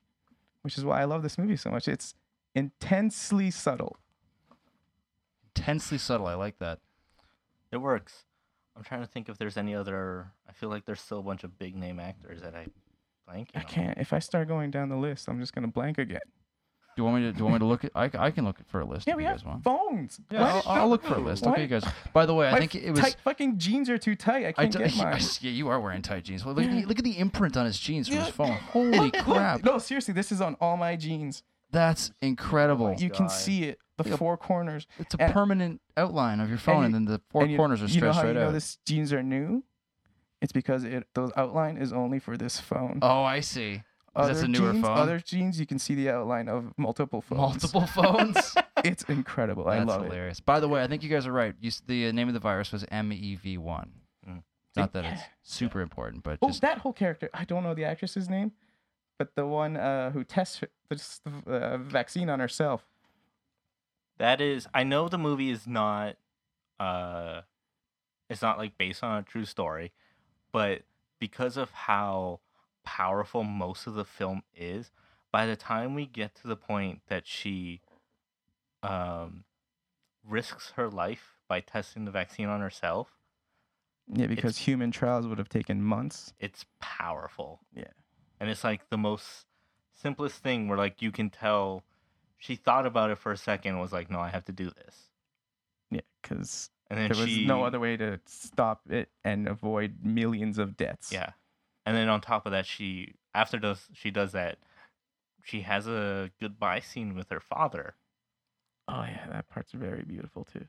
which is why I love this movie so much. It's intensely subtle.
Intensely subtle. I like that.
it works. I'm trying to think if there's any other. I feel like there's still a bunch of big name actors that I blank.
I can't. If I start going down the list, I'm just gonna blank again.
Do you want me to? Do you want me to look at? I, I can look for a list.
Yeah,
if
we
you
have
guys want.
phones.
Yeah,
Why
I'll,
did you-
I'll look for a list.
Why-
Okay, you guys. By the way, oh, I
my
think it was.
tight fucking jeans are too tight. I
I
can't
d-
get mine.
yeah, you are wearing tight jeans. Well, Look, at
Yeah.
the, look at the imprint on his jeans from his
Yeah.
phone. Holy crap,
No, seriously, this is on all my jeans.
that's incredible.
You can
God.
see it. The
Yep.
four corners.
It's a
and-
permanent outline of your phone, and,
you-
then the four
And you-
corners are
you
stretched
know how
right
you know
out.
this jeans are new? It's because it those outline is only for this phone.
Oh, I see. 'Cause that's a newer
jeans,
phone.
Other jeans, you can see the outline of multiple phones.
Multiple phones.
It's incredible. I
That's
love it.
hilarious. By the way, I think you guys are right. You, s- the uh, name of the virus was MEV1.
Mm.
Not that it's super important, but
Oh,
just
that whole character. I don't know the actress's name, but the one uh, who tests her- this, uh, vaccine on herself.
That is, I know the movie is not, uh, it's not like based on a true story, but because of how powerful most of the film is, by the time we get to the point that she, um, risks her life by testing the vaccine on herself,
Yeah, because human trials would have taken months.
it's powerful.
Yeah.
And it's like the most simplest thing where like you can tell she thought about it for a second and was like, no, I have to do this.
Yeah, because
And then
there was
she
no other way to stop it and avoid millions of deaths.
Yeah. And then on top of that, she after does she does that, she has a goodbye scene with her father,
Oh yeah, that part's very beautiful too.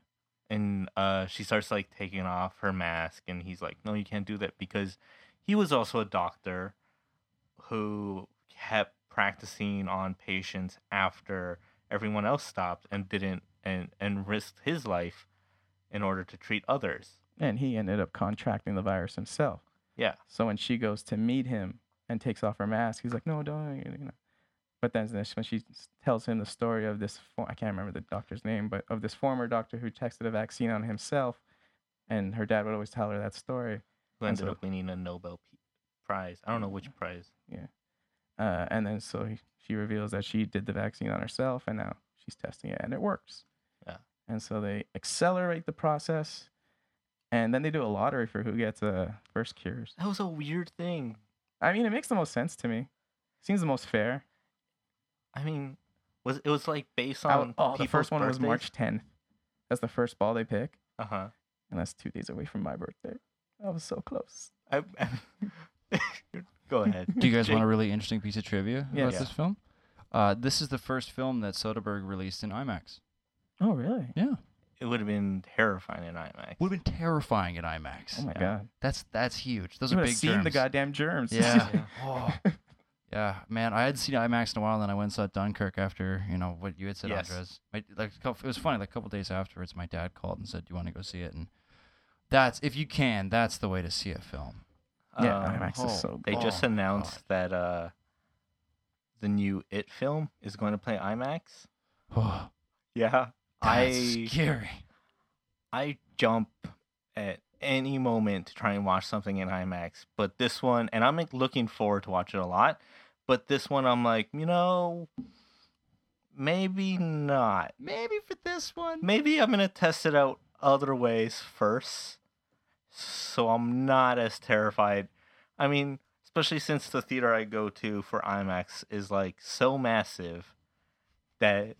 and uh, she starts like taking off her mask, and he's like, "No, you can't do that," because he was also a doctor who kept practicing on patients after everyone else stopped and didn't and and risked his life in order to treat others.
and he ended up contracting the virus himself.
Yeah.
So when she goes to meet him and takes off her mask, he's like, "No, don't." You know. But then this- when she s- tells him the story of this, fo- I can't remember the doctor's name, but of this former doctor who tested a vaccine on himself, and her dad would always tell her that story.
Who ended
so-
up winning a Nobel Pe- Prize. I don't know which prize.
Uh, and then so he, she reveals that she did the vaccine on herself, and now she's testing it, and it works.
Yeah.
And so they accelerate the process, and then they do a lottery for who gets uh, first cures.
That was a weird thing.
I mean, it makes the most sense to me. Seems the most fair.
I mean, was it was like based
I-
on
oh, the
people's
first one was
birthdays?
March 10th. That's the first ball they pick,
Uh-huh.
and that's two days away from my birthday. I was so close.
I, I- go ahead.
Do you guys
Jake-
want a really interesting piece of trivia
Yeah.
about
Yeah.
this film? Uh, this is the first film that Soderbergh released in IMAX.
Oh, really?
Yeah,
it would have been terrifying in IMAX.
Would have been terrifying at IMAX.
Oh my
Yeah.
god.
That's that's huge. Those
You
are
would
big
have seen
germs.
the goddamn germs.
Yeah. Oh. Yeah, man, I had seen IMAX in a while, and then I went and saw Dunkirk after you know what you had said,
Yes.
Andres. My, like a couple- it was funny. Like a couple days afterwards, my dad called and said, "Do you want to go see it?" And that's if you can, that's the way to see a film.
yeah,
Um,
IMAX
oh,
is so good.
They just
Oh,
announced that uh, the new It film is going to play IMAX.
Oh,
Yeah,
that's
I
scary.
I jump at any moment to try and watch something in IMAX, but this one, and I'm like, looking forward to watch it a lot, but this one, I'm like, you know, maybe not.
Maybe for this one.
Maybe I'm gonna test it out other ways first, so I'm not as terrified. I mean, especially since the theater I go to for IMAX is like so massive that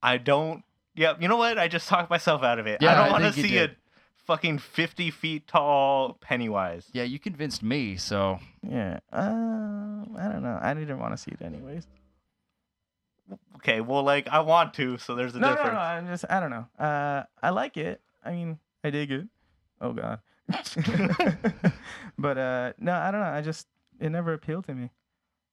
I don't. Yep, you know what? I just talked myself out of it.
Yeah,
I don't
I
want to
think you
see a
did.
fucking fifty feet tall Pennywise.
Yeah, you convinced me. So
Yeah. Um, I don't know. I didn't want to see it anyways.
Okay, well, like I want to, so there's a
No, no,
difference.
no. I'm just. I don't know. Uh, I like it. I mean, I dig it. Oh god. but uh, no, I don't know. I just it never appealed to me.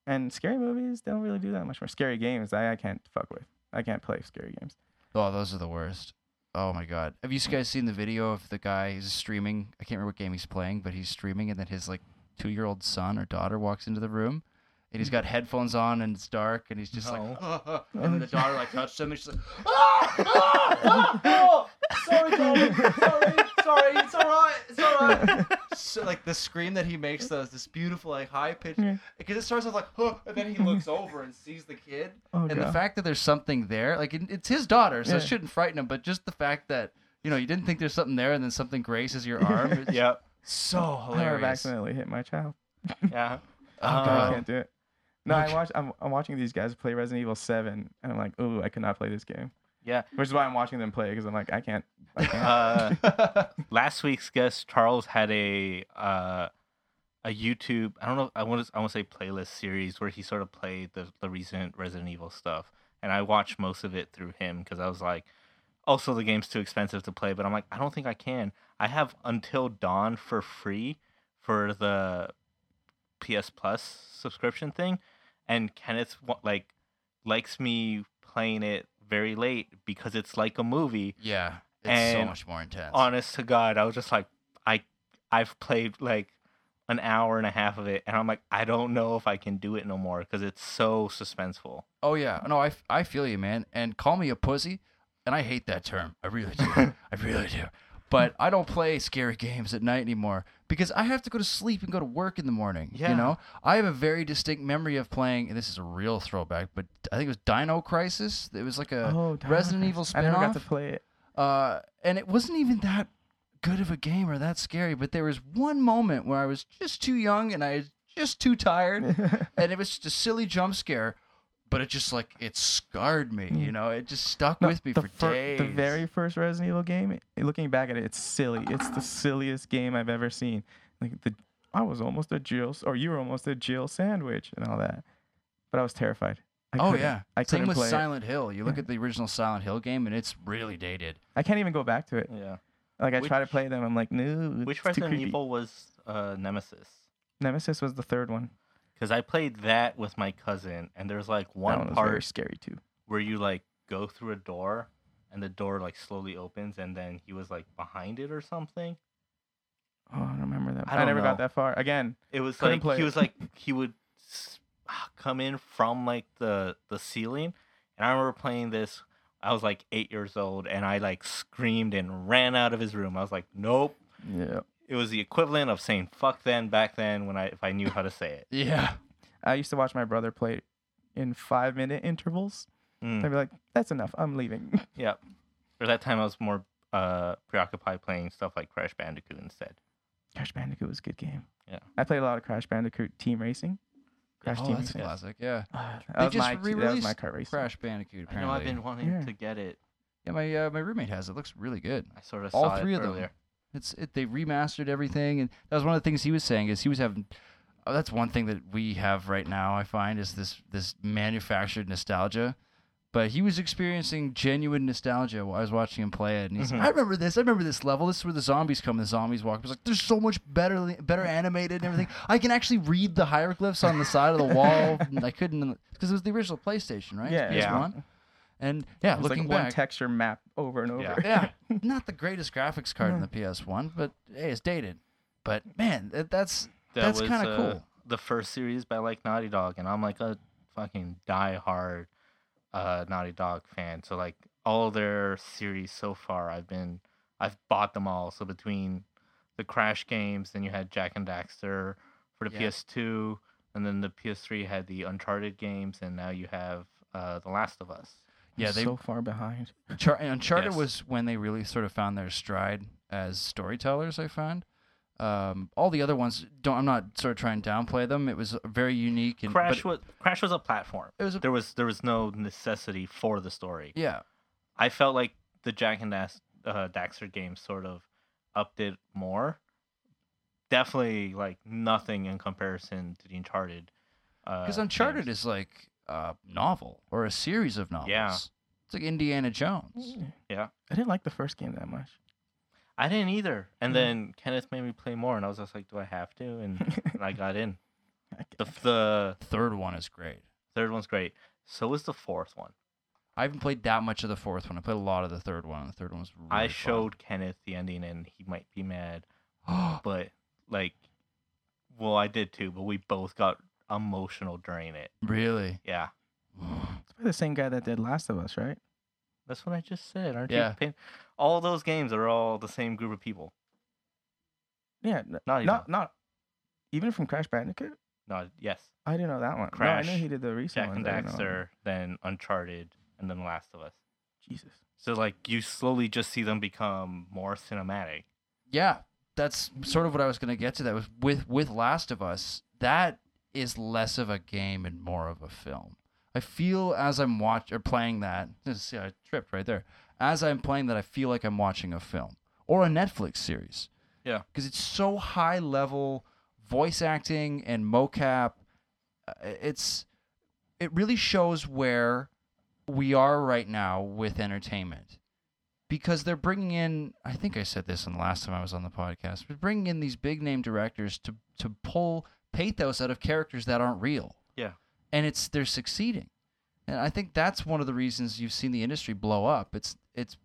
And scary movies don't really do that much more. Scary games, I, I can't fuck with. I can't play scary games.
Oh, those are the worst. Oh my god. Have you guys seen the video of the guy who's streaming? I can't remember what game he's playing, but he's streaming and then his like two year old son or daughter walks into the room and he's got headphones on and it's dark and he's just
No.
like and the daughter like touched him and she's like Ah! Oh! Sorry, Daddy. Sorry, sorry. It's all right. It's all right. So, like the scream that he makes, though, is this beautiful, like high pitch.
Yeah.
Because it starts off like, "Huh," and then he looks over and sees the kid.
Oh
and
god.
the fact that there's something there, like it, it's his daughter, so
Yeah.
it shouldn't frighten him. But just the fact that you know you didn't think there's something there, and then something graces your arm. It's
Yep.
so
I might have
hilarious. Oh
accidentally hit my child.
Yeah. Um,
I
Oh.
god.
can't do it. No, I
Okay.
watch. I'm, I'm watching these guys play Resident Evil Seven, and I'm like, ooh, I could not play this game.
Yeah.
Which is why I'm watching them play because I'm like, I can't. I can't.
Uh, last week's guest Charles had a uh, a YouTube. I don't know. I want to. I want to say playlist series where he sort of played the the recent Resident Evil stuff, and I watched most of it through him because I was like, also the game's too expensive to play, but I'm like, I don't think I can. I have until dawn for free for the PS Plus subscription thing, and Kenneth wa- like likes me playing it very late because it's like a movie
yeah, it's so
And
much more intense.
honest to god i was just like i i've played like an hour and a half of it and i'm like i don't know if i can do it no more because it's so suspenseful
oh yeah, no, I, f- I feel you, man. And call me a pussy, and I hate that term. I really do. I really do. But I don't play scary games at night anymore because I have to go to sleep and go to work in the morning.
Yeah.
You know, I have a very distinct memory of playing. And this is a real throwback, but I think it was Dino Crisis. It was like a
oh, darn.
Resident Evil
I never got
spin-off?
to play it.
uh, and it wasn't even that good of a game or that scary. But there was one moment where I was just too young and I was just too tired, and it was just a silly jump scare. But it just like it scarred me, you know. It just stuck
Mm. No,
with me
the
for
fir-
days.
The very first Resident Evil game. it- Looking back at it, it's silly. It's the silliest game I've ever seen. Like the, I was almost a Jill, or you were almost a Jill sandwich and all that. But I was terrified. I
oh
couldn't-
yeah,
I
same
couldn't
with
play. it.
Silent Hill. You look at the original Silent Hill game, and it's really dated.
I can't even go back to it.
yeah
Like I try to
Which-
play them. I'm like, no. It's
which
too
resident
creepy.
evil was uh nemesis
Nemesis was the third one.
because i played that with my cousin and there's like
that one
one
was
part
very scary too.
where you like go through a door and the door like slowly opens and then he was like behind it or something
Oh, I don't remember that.
I
I,
don't
never got
know.
that far. Again,
It was
Couldn't
like
play
he
it.
was like he would s- come in from like the the ceiling, and I remember playing this. I was like eight years old, and I like screamed and ran out of his room. I was like, nope.
yeah.
It was the equivalent of saying "fuck" then back then when I if I knew how to say it.
Yeah,
I used to watch my brother play in five minute intervals.
Mm,
I'd be like, that's enough. I'm leaving.
yep. Or that time I was more uh preoccupied playing stuff like Crash Bandicoot instead.
Crash Bandicoot was a good game.
Yeah.
I played a lot of Crash Bandicoot Team Racing. Crash
oh,
Team
that's a
Racing.
classic. Yeah,
Ah, that
They
was
just
my, that was my
re-released
kart racing.
Crash
I
Bandicoot.
know
Apparently,
I've been wanting
Yeah.
to get it.
yeah, my uh, my roommate has it. Looks really good.
I sort of
All
saw
three
it
of them.
earlier.
It's it, they remastered everything, and that was one of the things he was saying is he was having. Oh, that's one thing that we have right now. I find is this this manufactured nostalgia, But he was experiencing genuine nostalgia while I was watching him play it, and he's
Mhm.
Mm-hmm.
like, "I remember this. I remember this level. This is where the zombies come. The zombies walk." I was like, "There's so much better, better animated and everything. I can actually read the hieroglyphs on the side of the wall. and I couldn't because it was the original PlayStation, right?
Yeah.
Yeah.
PS1. And yeah,
It's like
looking
one
back,
texture map over and over.
Yeah.
yeah, not the greatest graphics card in the PS1, but hey, it's dated. But man, that, that's
That
that's
was,
kind of
uh,
cool.
The first series by like Naughty Dog, and I'm like a fucking diehard uh, Naughty Dog fan. So like all their series so far, I've been I've bought them all. So between the Crash games, then you had Jack and Daxter for the
Yeah.
PS2, and then the PS3 had the Uncharted games, and now you have uh, The Last of Us.
Yeah,
I'm
they
so far behind.
Char- Uncharted
Yes.
was when they really sort of found their stride as storytellers. I found um, all the other ones. Don't I'm not sort of trying to downplay them. It was very unique and
Crash
but
was Crash was a platform.
It was a-
there was there was no necessity for the story.
yeah,
I felt like the Jack and Dax, uh, Daxter game sort of upped it more. Definitely, like nothing in comparison to the Uncharted. uh,
because Uncharted is like a novel or a series of novels. it's like Indiana Jones.
Yeah.
I didn't like the first game that much.
I didn't either, and
Mhm.
then Kenneth made me play more, and I was just like, "Do I have to?" And,
Mm-hmm.
and I got in. The the
Third one is great.
third one's great. So was the fourth one.
I haven't played that much of the fourth one. I played a lot of the third one. The third one was really
I
fun.
showed Kenneth the ending, and he might be mad, but like, well, I did too. But we both got emotional during it.
really.
Yeah.
It's by the same guy that did Last of Us, right?
That's what I just said. Aren't
Yeah.
you? Paying? All those games are all the same group of people.
Yeah. n-
Oh,
Naughty
not
Dog.
not even from Crash Bandicoot.
No, yes,
I didn't know that one.
Crash,
No, I knew he did the recent
Jack
one.
and Daxter, then Uncharted, and then Last of Us.
Jesus.
So like you slowly just see them become more cinematic.
yeah that's sort of what i was going to get to that was with with last of us that is less of a game and more of a film i feel as i'm watch or playing that see i tripped right there as i'm playing that i feel like i'm watching a film or a netflix series
Yeah.
because it's so high level voice acting and mocap Uh, it's it really shows where we are right now with entertainment because they're bringing in i think i said this in the last time i was on the podcast but bringing in these big name directors to to pull pathos out of characters that aren't real
Yeah.
and it's they're succeeding and i think that's one of the reasons you've seen the industry blow up it's it's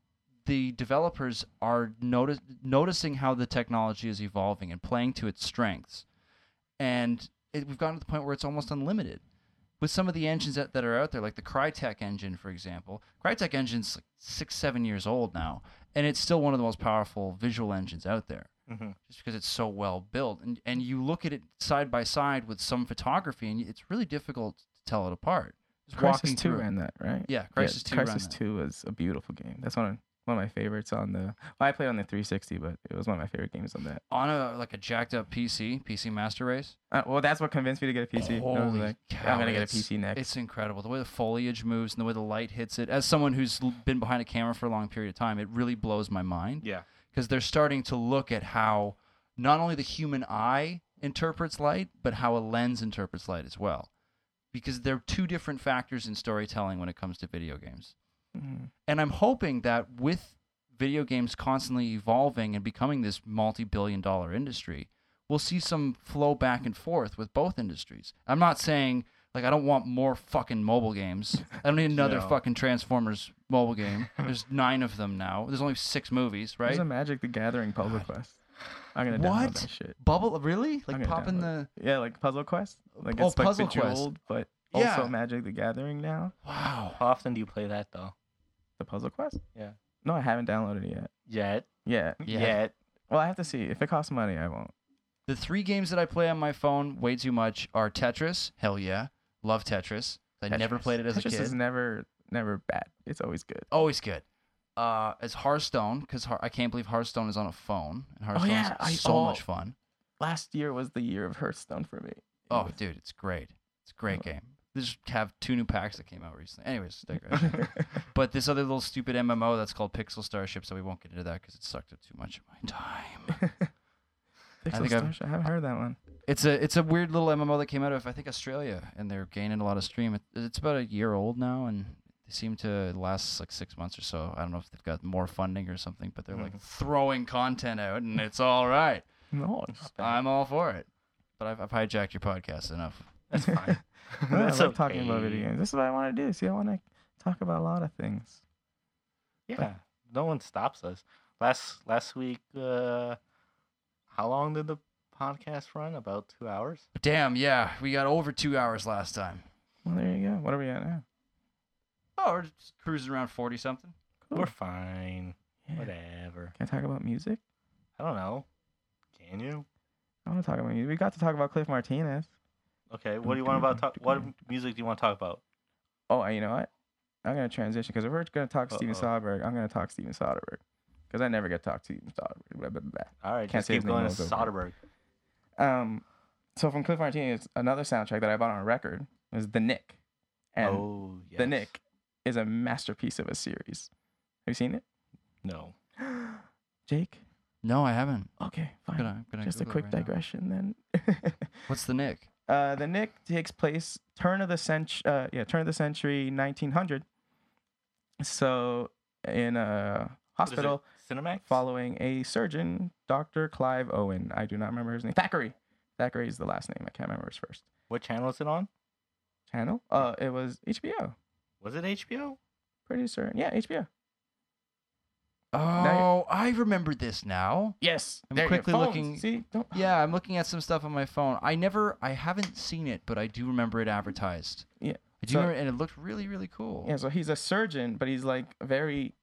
the developers are notice, noticing how the technology is evolving and playing to its strengths and it, we've gotten to the point where it's almost unlimited with some of the engines that, that are out there, like the Crytek engine, for example. Crytek engine's like six, seven years old now, and it's still one of the most powerful visual engines out there
Mm-hmm.
just because it's so well built. And, and you look at it side by side with some photography, and it's really difficult to tell it apart. Just
Crisis
walking
Two
through it.
ran that, right?
Yeah, Crisis 2 ran
Crisis
that.
Two was a beautiful game. That's one of, one of my favorites on the. Well, I played on the 360, but it was one of my favorite games on that.
On a like a jacked up PC, PC Master Race.
Uh, well, that's what convinced me to get a PC. I was
Holy
like,
cow,
I'm gonna get a
it's-
PC next.
It's incredible the way the foliage moves and the way the light hits it. As someone who's l- been behind a camera for a long period of time, it really blows my mind.
Yeah.
because they're starting to look at how not only the human eye interprets light, but how a lens interprets light as well. Because there are two different factors in storytelling when it comes to video games.
Mhm.
And I'm hoping that with video games constantly evolving and becoming this multi billion dollar industry, we'll see some flow back and forth with both industries. I'm not saying, like, I don't want more fucking mobile games. I don't need another
No.
fucking Transformers mobile game. There's nine of them now. There's only six movies, right?
There's a Magic the Gathering puzzle quest. I'm gonna
What?
download that shit.
Bubble, really?
I'm
Like
gonna
popping
download
the
it. yeah, like puzzle quest. Like
Oh,
it's like
Puzzle Quest.
Bejeweled, but
Yeah.
also Magic the Gathering now.
wow.
How often do you play that though?
The puzzle quest.
Yeah.
No, I haven't downloaded it yet.
Yet,
Yeah.
Yeah.
yet.
Well, I have to see if it costs money. I won't.
The three games that I play on my phone way too much are Tetris. Hell yeah, love Tetris. I never
Tetris.
played it as a
Tetris
kid.
is never never bad. It's always good.
Always good. Uh, it's Hearthstone because Har- I can't believe Hearthstone is on a phone. And Hearthstone
yeah, I-
is so
oh.
much fun.
Last year was the year of Hearthstone for me. It
Oh,
was-
dude, it's great. It's a great
Yeah.
game. They just have two new packs that came out recently. Anyways, digression. But this other little stupid MMO that's called Pixel Starship, so we won't get into that because it sucked up too much of my time.
Pixel
think I've-
Stash, I haven't heard that one.
It's a it's a weird little MMO that came out of I think Australia, and they're gaining a lot of stream. It, it's about a year old now, and They seem to last like six months or so. I don't know if they've got more funding or something, but they're like
Mm-hmm.
throwing content out, and it's all right.
No, it's
I'm all for it. But I've, I've hijacked your podcast enough.
That's fine.
I
That's
love talking about
okay.
video games. This is what I want to do. See, I want to talk about a lot of things.
Yeah, no one stops us. Last last week, uh, how long did the podcast run? About two hours.
But damn, yeah, we got over two hours last time.
Well, there you go. What are we at now?
Oh, we're just cruising around forty something.
Cool.
We're fine.
Yeah. Can
Whatever.
I talk about music?
I don't know. Can you?
I want to talk about music. We got to talk about Cliff Martinez.
Okay. What do you want about talk? What music do you want to talk about?
Oh, and you know what? I'm gonna transition because if we're gonna talk Steven
Uh-oh.
Soderbergh, I'm gonna talk Steven Soderbergh because I never get to talk to Steven Soderbergh. Blah, blah, blah,
All right,
Can't
just
say his
keep
name
going to
all over.
Soderbergh.
blah. Um, so from Cliff Martinez, another soundtrack that I bought on record is The Nick, and
oh, yes.
The Nick is a masterpiece of a series. Have you seen it,
No.
Jake?
No, I haven't.
Okay,
I'm
fine.
gonna, I'm gonna
Just a
Google it
quick
right now.
digression then.
What's the Nick?
Uh, the Nick takes place turn of the century, uh, yeah, turn of the century, 1900. So in a
What is it?
hospital
Cinemax.
following a surgeon, Dr. Clive Owen. I do not remember his name. Thackeray. Thackeray is the last name. I can't remember his first
What channel is it on?
channel. Uh, it was HBO.
Was it HBO?
Pretty certain. Yeah, HBO.
Oh, I remember this now.
Yes.
I'm
there you go.
quickly
Phones.
looking-
See, don't.
Yeah, I'm looking at some stuff on my phone. I never, I haven't seen it, but I do remember it advertised.
Yeah.
I do
So-
remember, and it looked really, really cool.
Yeah, so he's a surgeon, but he's like very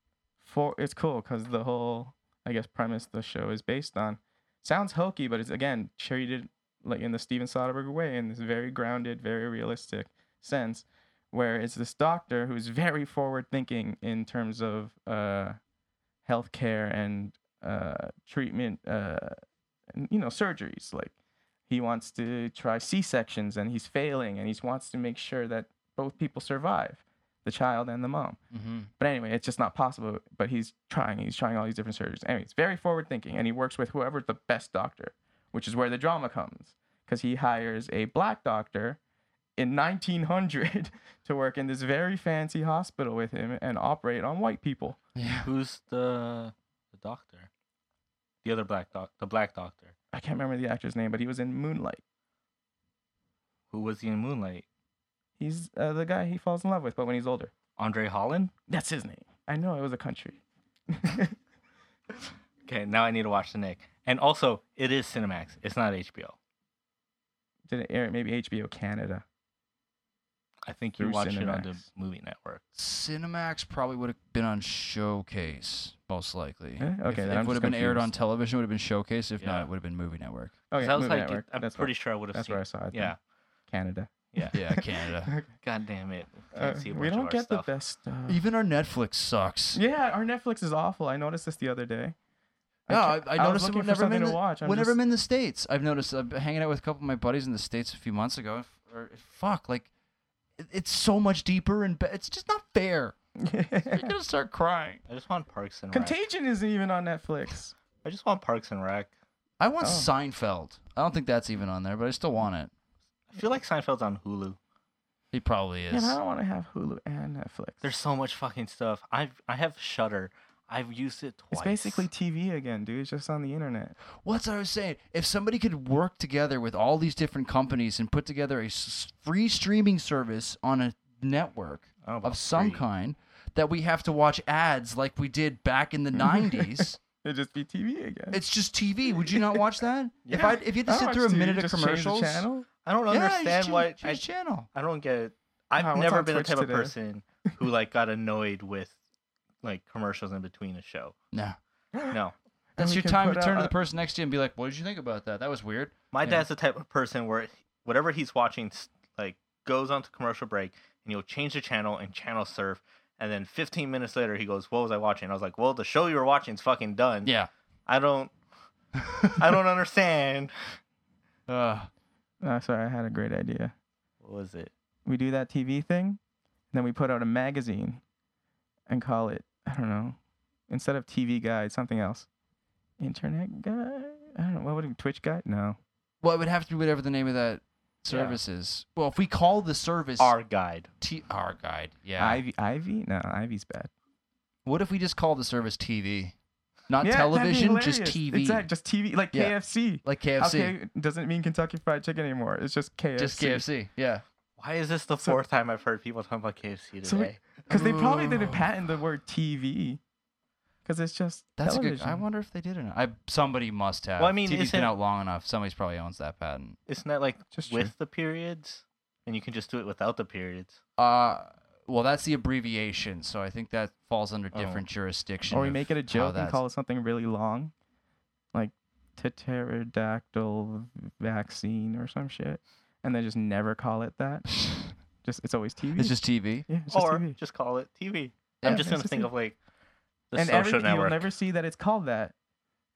for it's cool because the whole I guess premise the show is based on sounds hokey, but it's again treated like in the Steven Soderbergh way in this very grounded, very realistic sense, where it's this doctor who's very forward thinking in terms of uh healthcare and uh treatment uh and, you know surgeries like he wants to try C-sections and he's failing and he wants to make sure that both people survive the child and the mom.
Mm-hmm.
But anyway, it's just not possible. But he's trying. He's trying all these different surgeries. Anyway, it's very forward thinking, and he works with whoever's the best doctor, which is where the drama comes, because he hires a black doctor in 1900 to work in this very fancy hospital with him and operate on white people.
Yeah.
Who's the the doctor? The other black doc, the black doctor.
I can't remember the actor's name, but he was in Moonlight.
Who was he in Moonlight?
He's uh, the guy he falls in love with, but when he's older,
Andre Holland.
that's his name. I know it was a country.
Okay, now I need to watch the Nick. And also, it is Cinemax. It's not HBO.
Did it air? at Maybe HBO Canada.
I think you
Through
watch it on the
Cinemax.
movie network.
Cinemax probably would have been on Showcase, most likely.
Eh? Okay, then
If,
I'm
it would
just
have been aired on
confused.
television, would have been Showcase. If
Yeah.
not, it would have been Movie Network.
Okay,
Sounds
Movie
like it-
Network.
I'm
that's
pretty
where,
sure I would have
that's
seen.
where I
it.
saw it. then.
Yeah.
Canada.
Yeah.
Yeah, Canada.
God damn it.
Uh,
Can't see a
we
bunch of
don't
our
get
stuff.
the best stuff.
Even our Netflix sucks.
Yeah, our Netflix is awful. I noticed this the other day.
No, I,
can't-
I,
was
noticed it
looking for
whenever I'm
something
in
to
the,
watch. I'm
whenever
just-
I'm in the states. I've noticed I'm hanging out with a couple of my buddies in the states a few months ago. and f- Or, fuck, like it, it's so much deeper and be- it's just not fair. You're gonna start crying.
I just want Parks and Rec.
Contagion isn't even on Netflix.
I just want Parks and Rec.
I want
Oh.
Seinfeld. I don't think that's even on there, but I still want it.
I feel like Seinfeld's on Hulu.
He probably
Yeah,
is.
but I don't want to have Hulu and Netflix.
There's so much fucking stuff. I I have Shutter. I've used it twice.
it's basically TV again, dude. It's just on the internet.
What's I was saying? If somebody could work together with all these different companies and put together a s- free streaming service on a network
I
Oh,
don't know about
of some
free.
kind that we have to watch ads like we did back in the 90s.
It'd just be TV again.
It's just TV. Would you not watch that? If
Yeah.
I if you had
I don't
to sit
watch
through a
TV,
minute of
just change the
commercials,
channel.
I don't
yeah,
understand
just
why.
change,
I,
change channel.
I don't get it. I've
Wow, what's
never
on
been the
Twitch
type
today?
of person who like got annoyed with like commercials in between a show.
No.
No.
And
That's
we
your
can
time to
put
turn
out
to the
a-
person next to you and be like, "What did you think about that? That was weird."
My
Yeah.
dad's the type of person where whatever he's watching, s- like goes on to commercial break, and he'll change the channel and channel surf, and then 15 minutes later he goes, "What was I watching?" I was like, "Well, the show you were watching is fucking done."
Yeah.
I don't, I don't understand.
Uh,
Oh, sorry, I had a great idea.
What was it?
we do that TV thing, and then we put out a magazine and call it, I don't know, instead of TV Guide, something else. Internet Guide? I don't know. What would it be? Twitch Guide? No.
well, it would have to be whatever the name of that services. Well, if we call the service
Our guide.
TR guide, yeah.
Ivy, Ivy? No, Ivy's bad.
what if we just call the service TV, not
Yeah, that'd be
television, just
hilarious.
TV,
Exactly, just TV, like
Yeah.
KFC.
like KFC,
Okay, doesn't mean Kentucky Fried Chicken anymore. It's just KFC.
just KFC, yeah.
Why is this the
So-
fourth time I've heard people talking about KFC today?
So we- Because they probably didn't
Ooh.
patent the word TV. Because it's just
That's a
television.
good. I wonder if they did or not. I somebody must have.
Well, I mean,
TV's been
isn't-
out long enough. Somebody's probably owns that patent.
Isn't that like
Just
with
true.
the periods? And you can just do it without the periods.
Uh, well, that's the abbreviation, so I think that falls under
Oh.
different jurisdiction.
Or we
of
make it a
how
joke and
that's-
call it something really long, like t- pterodactyl vaccine or some shit, and then just never call it that. Just it's always TV.
It's just TV.
yeah, it's just
or
TV.
just call it TV.
Yeah,
I'm just
it's
gonna
just
think
TV.
of like the
and
social
everything
network.
you'll never see that it's called that,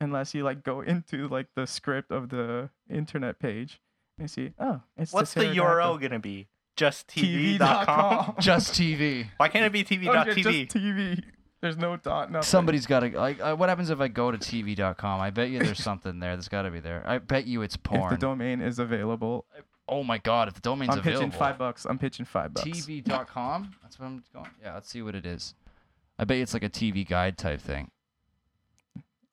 unless you like go into like the script of the internet page and see. Oh, it's
What's the URL gonna be? Just TV.com.
TV.com.
Just TV.
Why can't it be TV.tv?
Oh, Just TV. There's no dot. Nothing.
Somebody's got to. Like, uh, what happens if I go to TV.com? I bet you there's something there. There's got to be there. I bet you it's
If the
porn.
domain is available,
oh my god! If the domain's
I'm
available.
pitching five bucks. I'm pitching five bucks.
TV.com. That's what I'm going. Yeah, let's see what it is. I bet you it's like a TV guide type thing.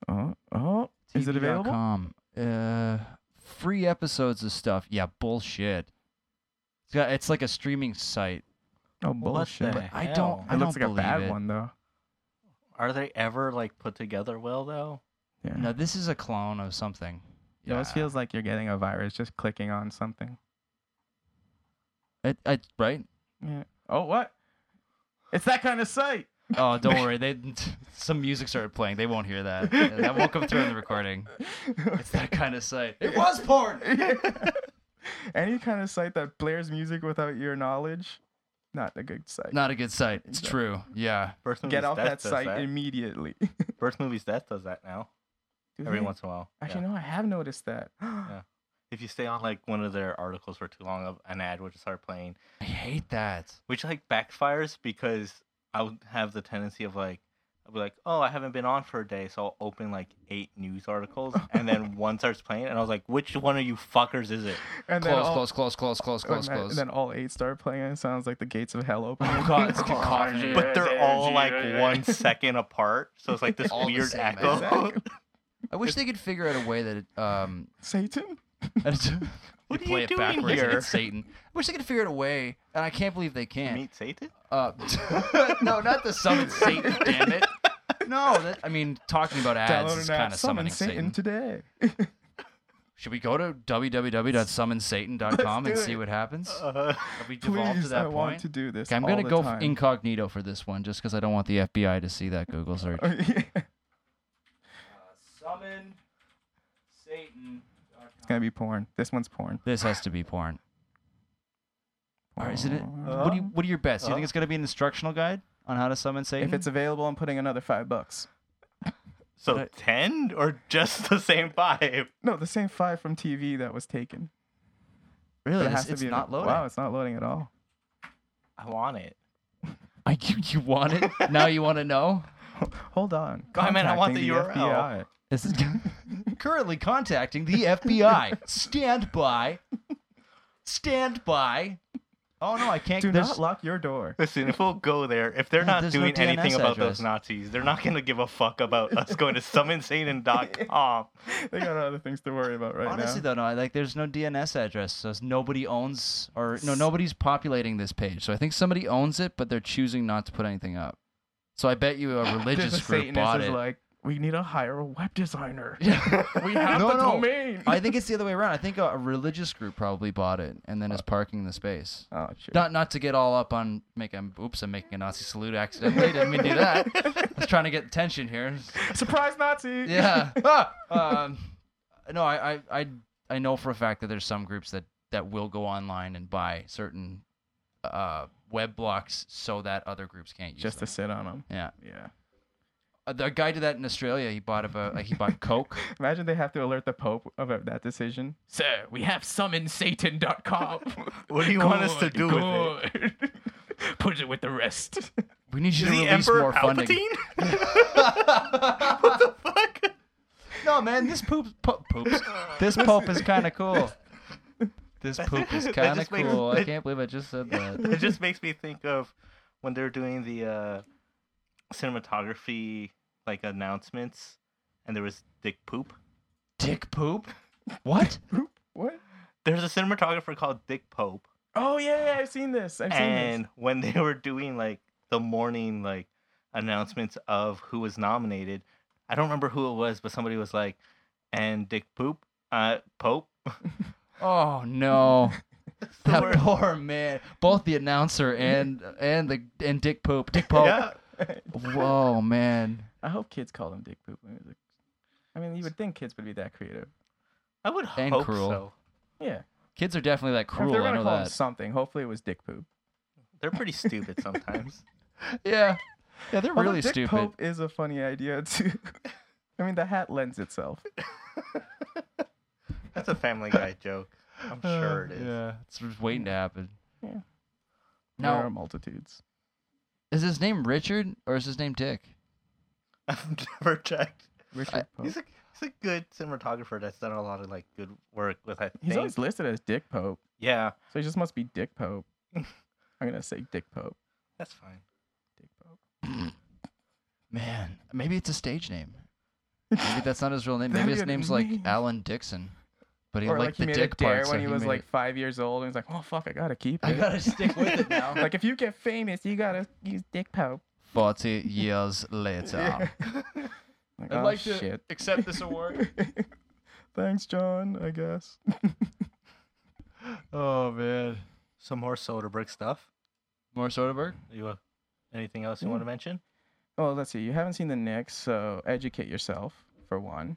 Oh, oh, is it available?
TV.com. Uh, free episodes of stuff. Yeah, bullshit. It's, got, it's like a streaming site.
Oh
What
bullshit!
the
It
I
hell?
don't. I
looks
don't
like a
believe
bad
it.
one though.
Are they ever like put together well though?
Yeah.
No, this is a clone of something.
It always feels like you're getting a virus just clicking on something.
It, I, right?
Yeah. Oh what? It's that kind of site.
Oh, don't worry. They some music started playing. They won't hear that. That won't come through in the recording. It's that kind of site. It was porn.
Any kind of site that blares music without your knowledge, not a good site.
Not a good site. It's true. Yeah.
Birth movies
Get off
Death
that
does
site
That.
immediately.
Birth movies death does that now.
Do
Every
they?
once in a while. Yeah.
Actually, no, I have noticed that.
If you stay on like one of their articles for too long, an ad will just start playing.
I hate that.
which like backfires because I would have the tendency of like I'd be like, oh, I haven't been on for a day, so I'll open like eight news articles, and then one starts playing, and I was like, which one of you fuckers is it?
And then
Close,
all,
close, close, close, close, close,
and then-
close.
And then all eight start playing, and it sounds like the gates of hell open.
Oh, God, it's cacophony.
But they're all like one second apart, so it's like this
All the
weird
same, man.
echo.
Exactly.
I wish they could figure out a way that it, um,
Satan.
What
you
are
play
you
it
doing
backwards and
here?
it's Satan. I wish they could figure out a way, and I can't believe they can't.
Meet Satan?
Uh, no, not the summon Satan, damn it. No, that, I mean talking about ads
Download
is
an app,
kind of summoning Satan.
today.
Should we go to www.summonsatan.com and
Let's do
see
it.
what happens?
Uh,
Have we devolved to
Please,
that
I
point?
want to do this.
Okay, I'm
all
gonna
the
go
time.
incognito for this one, just because I don't want the FBI to see that Google search.
Oh, yeah.
summon Satan.
It's gonna be porn. This one's porn.
This has to be porn. Or is it? a- what do you? What are your bets? Do you think
Uh.
it's going to be an instructional guide on how to summon Satan?
If it's available, I'm putting another five bucks.
so
But
ten or just the same five?
No, the same five from TV that was taken. But
really,
it
it's,
has to
it's
be
not loaded.
Wow, it's not loading at all.
I want it.
I, you, you want it now? You want to know?
Hold on.
Oh, man, I want the
Contacting
URL.
FBI.
This is currently contacting the FBI. Stand by. Stand by. Oh no, I can't.
Do
there's-
not lock your door.
Listen, if we'll go there, if they're
Yeah,
not
there's no
doing anything
DNS
about
address.
those Nazis, they're not gonna give a fuck about us going to summonsatan.com.
They got other things to worry about right
Honestly,
now.
though, no, I- like there's no DNS address, so it's- nobody owns or no, nobody's populating this page. So I think somebody owns it, but they're choosing not to put anything up. So I bet you a religious
There's a
group
Satanist
bought
is
it.
like, we need to hire a web designer.
Yeah.
We have
No,
the
no.
domain.
I think it's the other way around. I think a, a religious group probably bought it
Uh,
and then is parking the space.
oh, shit.
Not not to get all up on making oops, I'm making a Nazi salute accidentally. Didn't mean to do that. I was trying to get attention here.
Surprise Nazi.
Yeah. Ah! um, no, I, I I I know for a fact that there's some groups that that will go online and buy certain uh, web blocks so that other groups can't use
Just to
them.
sit on them.
yeah.
Yeah.
Uh, The guy did that in Australia. He bought about like he bought Coke.
Imagine they have to alert the Pope about that decision. Sir, we have summonsatan.com.
What do you want us to do with it?
it? Put it with the rest.
We need you
Is
to
he
release
Emperor
more funding.
Palpatine? what the fuck?
No, man, this poop, po- poops. This pope is kind of cool. This
That-
poop is
that
kind of
just makes-
cool. I
that-
can't believe I just said that.
it just makes me think of when they're doing the uh, cinematography like announcements, and there was Dick Poop.
Dick poop? What?
What?
There's a cinematographer called Dick Pope,
Oh yeah, yeah, I've seen this. I've seen
and
this.
when they were doing like the morning like announcements of who was nominated, I don't remember who it was, but somebody was like, "And Dick Poop, uh, Pope."
Oh no.
It's the
That
worst.
poor man. Both the announcer and and the and Dick Poop. Dick Pope.
Yeah.
Whoa, man.
I hope kids call him Dick Poop. It was a- I mean, you would think kids would be that creative.
I would
And
hope
cruel.
so.
Yeah.
Kids are definitely that
if
cruel.
they're
I
gonna
know
call him
that.
something, hopefully it was Dick Poop.
They're pretty stupid sometimes.
Yeah. Yeah, they're
Although
really
Dick
stupid.
Pope is a funny idea too. I mean, the hat lends itself.
That's a Family Guy joke. I'm sure it is.
uh, Yeah, it's just waiting to happen.
Yeah. there are
Now,
multitudes.
is his name Richard or is his name Dick?
I've never checked.
Richard Pope.
He's a he's a good cinematographer that's done a lot of like good work with I
He's
think.
always listed as Dick Pope,
Yeah,
so he just must be Dick Pope. I'm gonna say Dick Pope.
that's fine.
Dick Pope.
Man, maybe it's a stage name. Maybe that's not his real name.
That'd
Maybe
be
his name's like
amazing.
Alan Dixon, but he
or like
liked
he
the
made
Dick
a dare
part.
when
so
he was
made
like
it-
five years old, and he's like, "Oh fuck, I gotta keep it."
I gotta stick with it now.
like if you get famous, you gotta use Dick Pope.
Forty years later.
Like, oh shit.
accept this award.
Thanks, John. I guess.
oh man,
Some more Soderbergh stuff.
more Soderbergh.
You uh, anything else you want to
Mm.
mention?
Well, Oh, let's see. You haven't seen the Knicks, so educate yourself for one.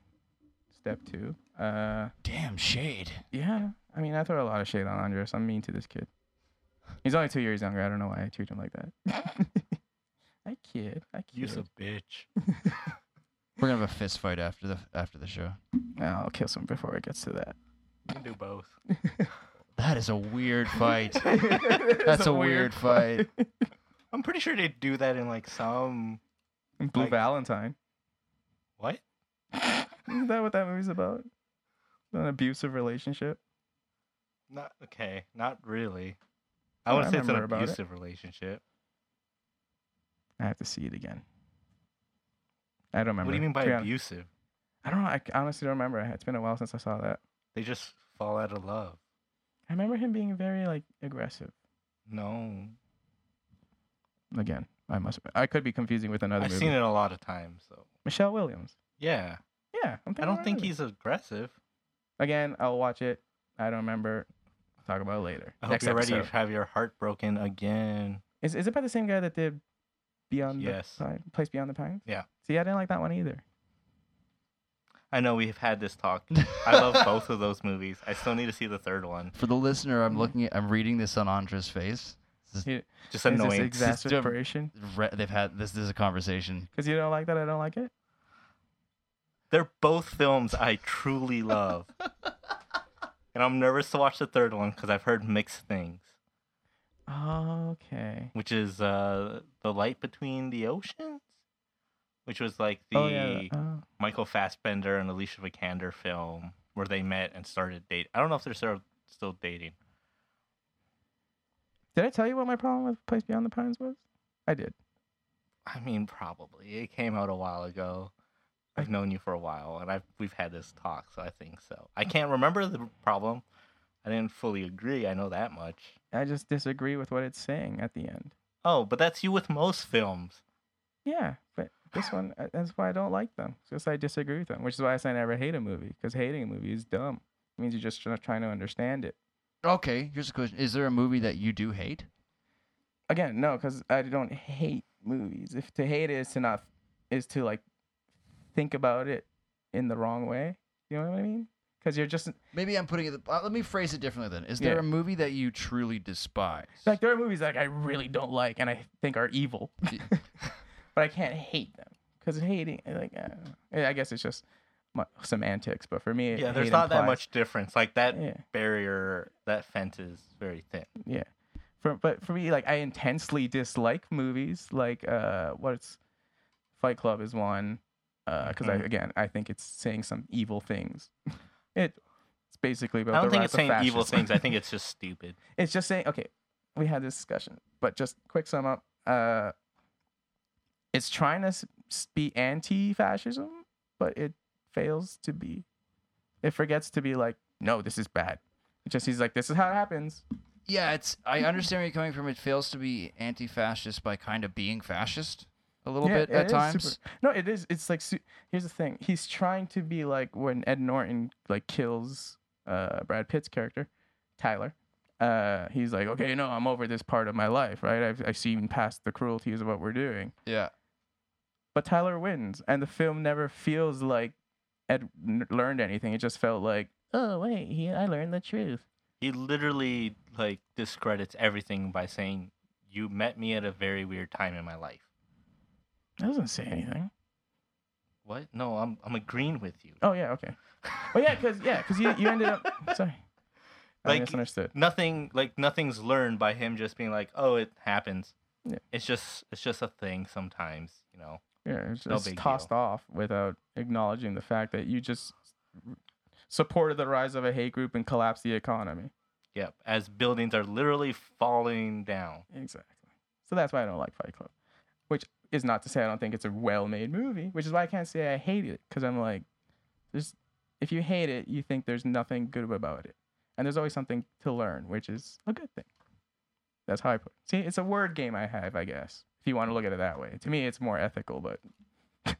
Step two. Uh,
Damn shade.
yeah. I mean, I throw a lot of shade on Andres. I'm mean to this kid. He's only two years younger. I don't know why I treat him like that. I kid. I kid.
bitch.
We're gonna have a fist fight after the after the show.
I'll kill someone before it gets to that.
You can do both.
That is a weird fight.
That's
That's a weird fight.
I'm pretty sure they do that in like some
Blue
Like-
Valentine.
what?
Isn't that what that movie's about? An abusive relationship.
Not okay. Not really. I
Yeah,
want
I
to say it's an
remember about it.
abusive relationship.
I have to see it again. I don't remember.
What do you mean by
To be hon-
abusive?
I don't know. I honestly don't remember. It's been a while since I saw that.
They just fall out of love.
I remember him being very like aggressive.
No,
Again, I must. I could be confusing with another
I've
movie.
seen it a lot of times. So
Michelle Williams.
yeah,
Yeah, I'm
I
thinking
don't
about
think
another-
he's aggressive.
Again, I'll watch it. I don't remember. I'll talk about it later.
I
Next
hope you're ready
episode.
to have your heart broken again.
Is is it by the same guy that did Beyond
Yes.
the Pine, Place Beyond the Pines?
Yeah.
See, I didn't like that one either.
I know we've had this talk. I love both of those movies. I still need to see the third one.
For the listener,
Mm.
I'm looking at, I'm reading this on Andra's face. This is
Yeah.
Just
Is this
annoying.
exacerbation?
re- they've had this. This is a conversation.
Because you don't like that, I don't like it.
They're both films I truly love. and I'm nervous to watch the third one because I've heard mixed things,
Okay.
which is uh, The Light Between the Oceans, which was like the
oh yeah. Oh.
Michael Fassbender and Alicia Vikander film where they met and started dating. I don't know if they're still, still dating.
Did I tell you what my problem with Place Beyond the Pines was? I did.
I mean, probably. It came out a while ago. I've known you for a while, and I've we've had this talk, so I think so. I can't remember the problem. I didn't fully agree. I know that much.
I just disagree with what it's saying at the end.
Oh, but that's you with most films.
Yeah, but this one, uh, that's why I don't like them. It's because I disagree with them, which is why I say I never hate a movie, because hating a movie is dumb. It means you're just try- trying to understand it.
Okay, here's a question: Is there a movie that you do hate?
Again, no, because I don't hate movies. If to hate is to not, is to like think about it in the wrong way. You know what I mean? Because you're just
Maybe I'm putting it. uh, Let me phrase it differently. Then, is there
Yeah.
a movie that you truly despise?
like there are movies like I really don't like and I think are evil, but I can't hate them because hating like I, don't know. Yeah, I guess it's just my, semantics. But for me,
Yeah, there's
hate
not that
implies-
much difference. Like that
Yeah.
barrier, that fence is very thin.
Yeah. For but for me, like I intensely dislike movies. Like uh, what's Fight Club is one. Because I
Mhm.
again, I think it's saying some evil things. It it's basically about
I don't
the
think
rise
it's
of
saying evil
fascism.
things. I think it's just stupid.
it's just saying okay we had this discussion but just quick sum up uh it's trying to s- s- be anti-fascism but it fails to be it forgets to be like no this is bad it just he's like this is how it happens
Yeah, it's. I understand where you're coming from. It fails to be anti-fascist by kind of being fascist a little
Yeah,
bit at
it is super-
times.
no it is it's like su- here's the thing he's trying to be like when ed norton like kills uh brad pitt's character tyler uh he's like okay no i'm over this part of my life right i've, I've seen past the cruelties of what we're doing
Yeah,
but Tyler wins, and the film never feels like Ed n- learned anything. It just felt like, oh wait, he, I learned the truth.
He literally like discredits everything by saying, "You met me at a very weird time in my life."
That doesn't say anything.
What? No, I'm I'm agreeing with you.
Oh yeah, okay. Oh yeah, because yeah, because you, you ended up sorry, I
Like-
misunderstood.
Nothing like nothing's learned by him just being like, "Oh, it happens."
Yeah.
It's just it's just a thing sometimes, you know.
Yeah, it's
no
just
big
tossed off without acknowledging the fact that you just supported the rise of a hate group and collapsed the economy.
Yep, as buildings are literally falling down.
Exactly. So that's why I don't like Fight Club, which is not to say I don't think it's a well-made movie, which is why I can't say I hate it because I'm like, there's if you hate it, you think there's nothing good about it, and there's always something to learn, which is a good thing. That's how I put it. See, it's a word game I have, I guess. If you want to look at it that way, to me it's more ethical, but I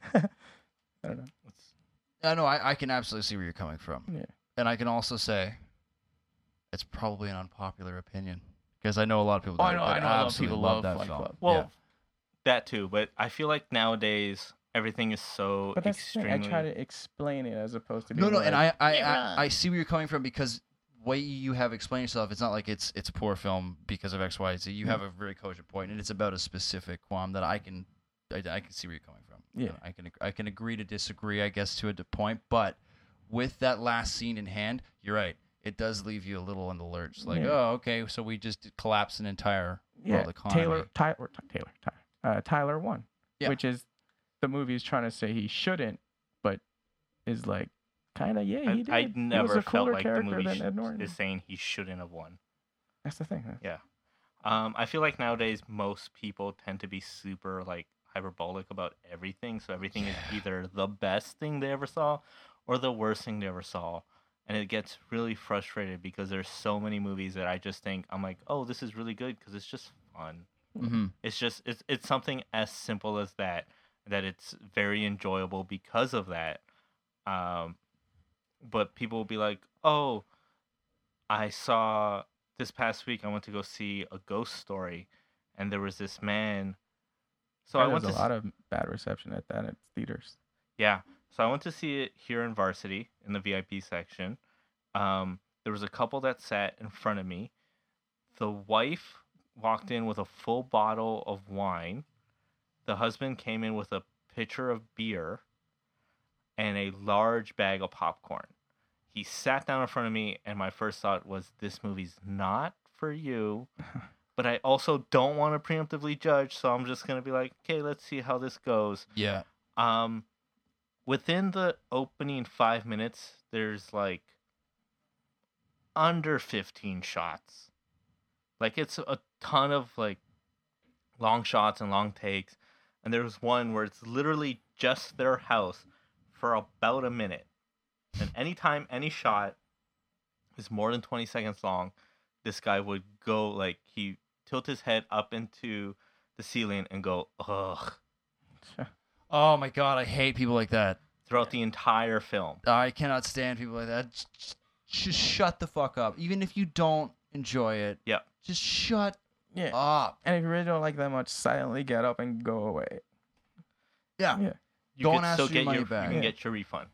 don't know.
I know. I, I can absolutely see where you're coming from.
Yeah.
and I can also say it's probably an unpopular opinion because I know a lot of people.
Oh, I
That,
know-
that
I know a lot of
absolutely
people love
that
Fight
film.
Club.
Well,
yeah.
that too, but I feel like nowadays everything is so
But that's the
extremely
thing. I try to explain it as opposed to being
no, no, and
like,
I, I,
yeah.
I, I see where you're coming from because way you have explained yourself, it's not like it's it's a poor film because of X, Y, Z. You have a very cogent point, and it's about a specific qualm that I can, I, I can see where you're coming from.
Yeah.
I can, I can agree to disagree, I guess, to a d- point, but with that last scene in hand, you're right. It does leave you a little in the lurch, like,
Yeah.
oh, okay, so we just did collapse an entire world economy.
Taylor, Ty, or Ty- Taylor, Tyler, uh, Tyler won,
Yeah.
which is the movie's trying to say he shouldn't, but is like kind of yeah
I,
he did.
I
He was
never
a
felt
cooler
like the
character
movie
than
sh-
Ed Norton.
is saying he shouldn't have won.
That's the thing.
Um, I feel like nowadays most people tend to be super like hyperbolic about everything, so everything is either the best thing they ever saw or the worst thing they ever saw. And it gets really frustrated because there's so many movies that I just think I'm like, "Oh, this is really good because it's just fun."
Mm-hmm.
hmm
It's just it's it's something as simple as that that it's very enjoyable because of that. Um, but people will be like, "Oh, I saw this past week. I went to go see a ghost story, and there was this man." So I went
a
to
lot of bad reception at that at theaters.
yeah. So I went to see it here in varsity in the VIP section. Um, there was a couple that sat in front of me. The wife walked in with a full bottle of wine. The husband came in with a pitcher of beer and a large bag of popcorn. He sat down in front of me, and my first thought was, This movie's not for you. But I also don't want to preemptively judge, so I'm just going to be like, okay, let's see how this goes.
Yeah.
Um, within the opening five minutes, there's like under 15 shots. Like it's a ton of like long shots and long takes. And there's one where it's literally just their house for about a minute. And anytime any shot is more than 20 seconds long, this guy would go like he tilt his head up into the ceiling and go, ugh,
Oh my god, I hate people like that.
throughout the entire film.
I cannot stand people like that. Just, just shut the fuck up. Even if you don't enjoy it.
Yep.
Just shut
Yeah,
up.
and if you really don't like that much, silently get up and go away.
Yeah.
Yeah.
you
Don't
could
ask
still
for your
get
money
your,
back.
You can
Yeah.
get your refund.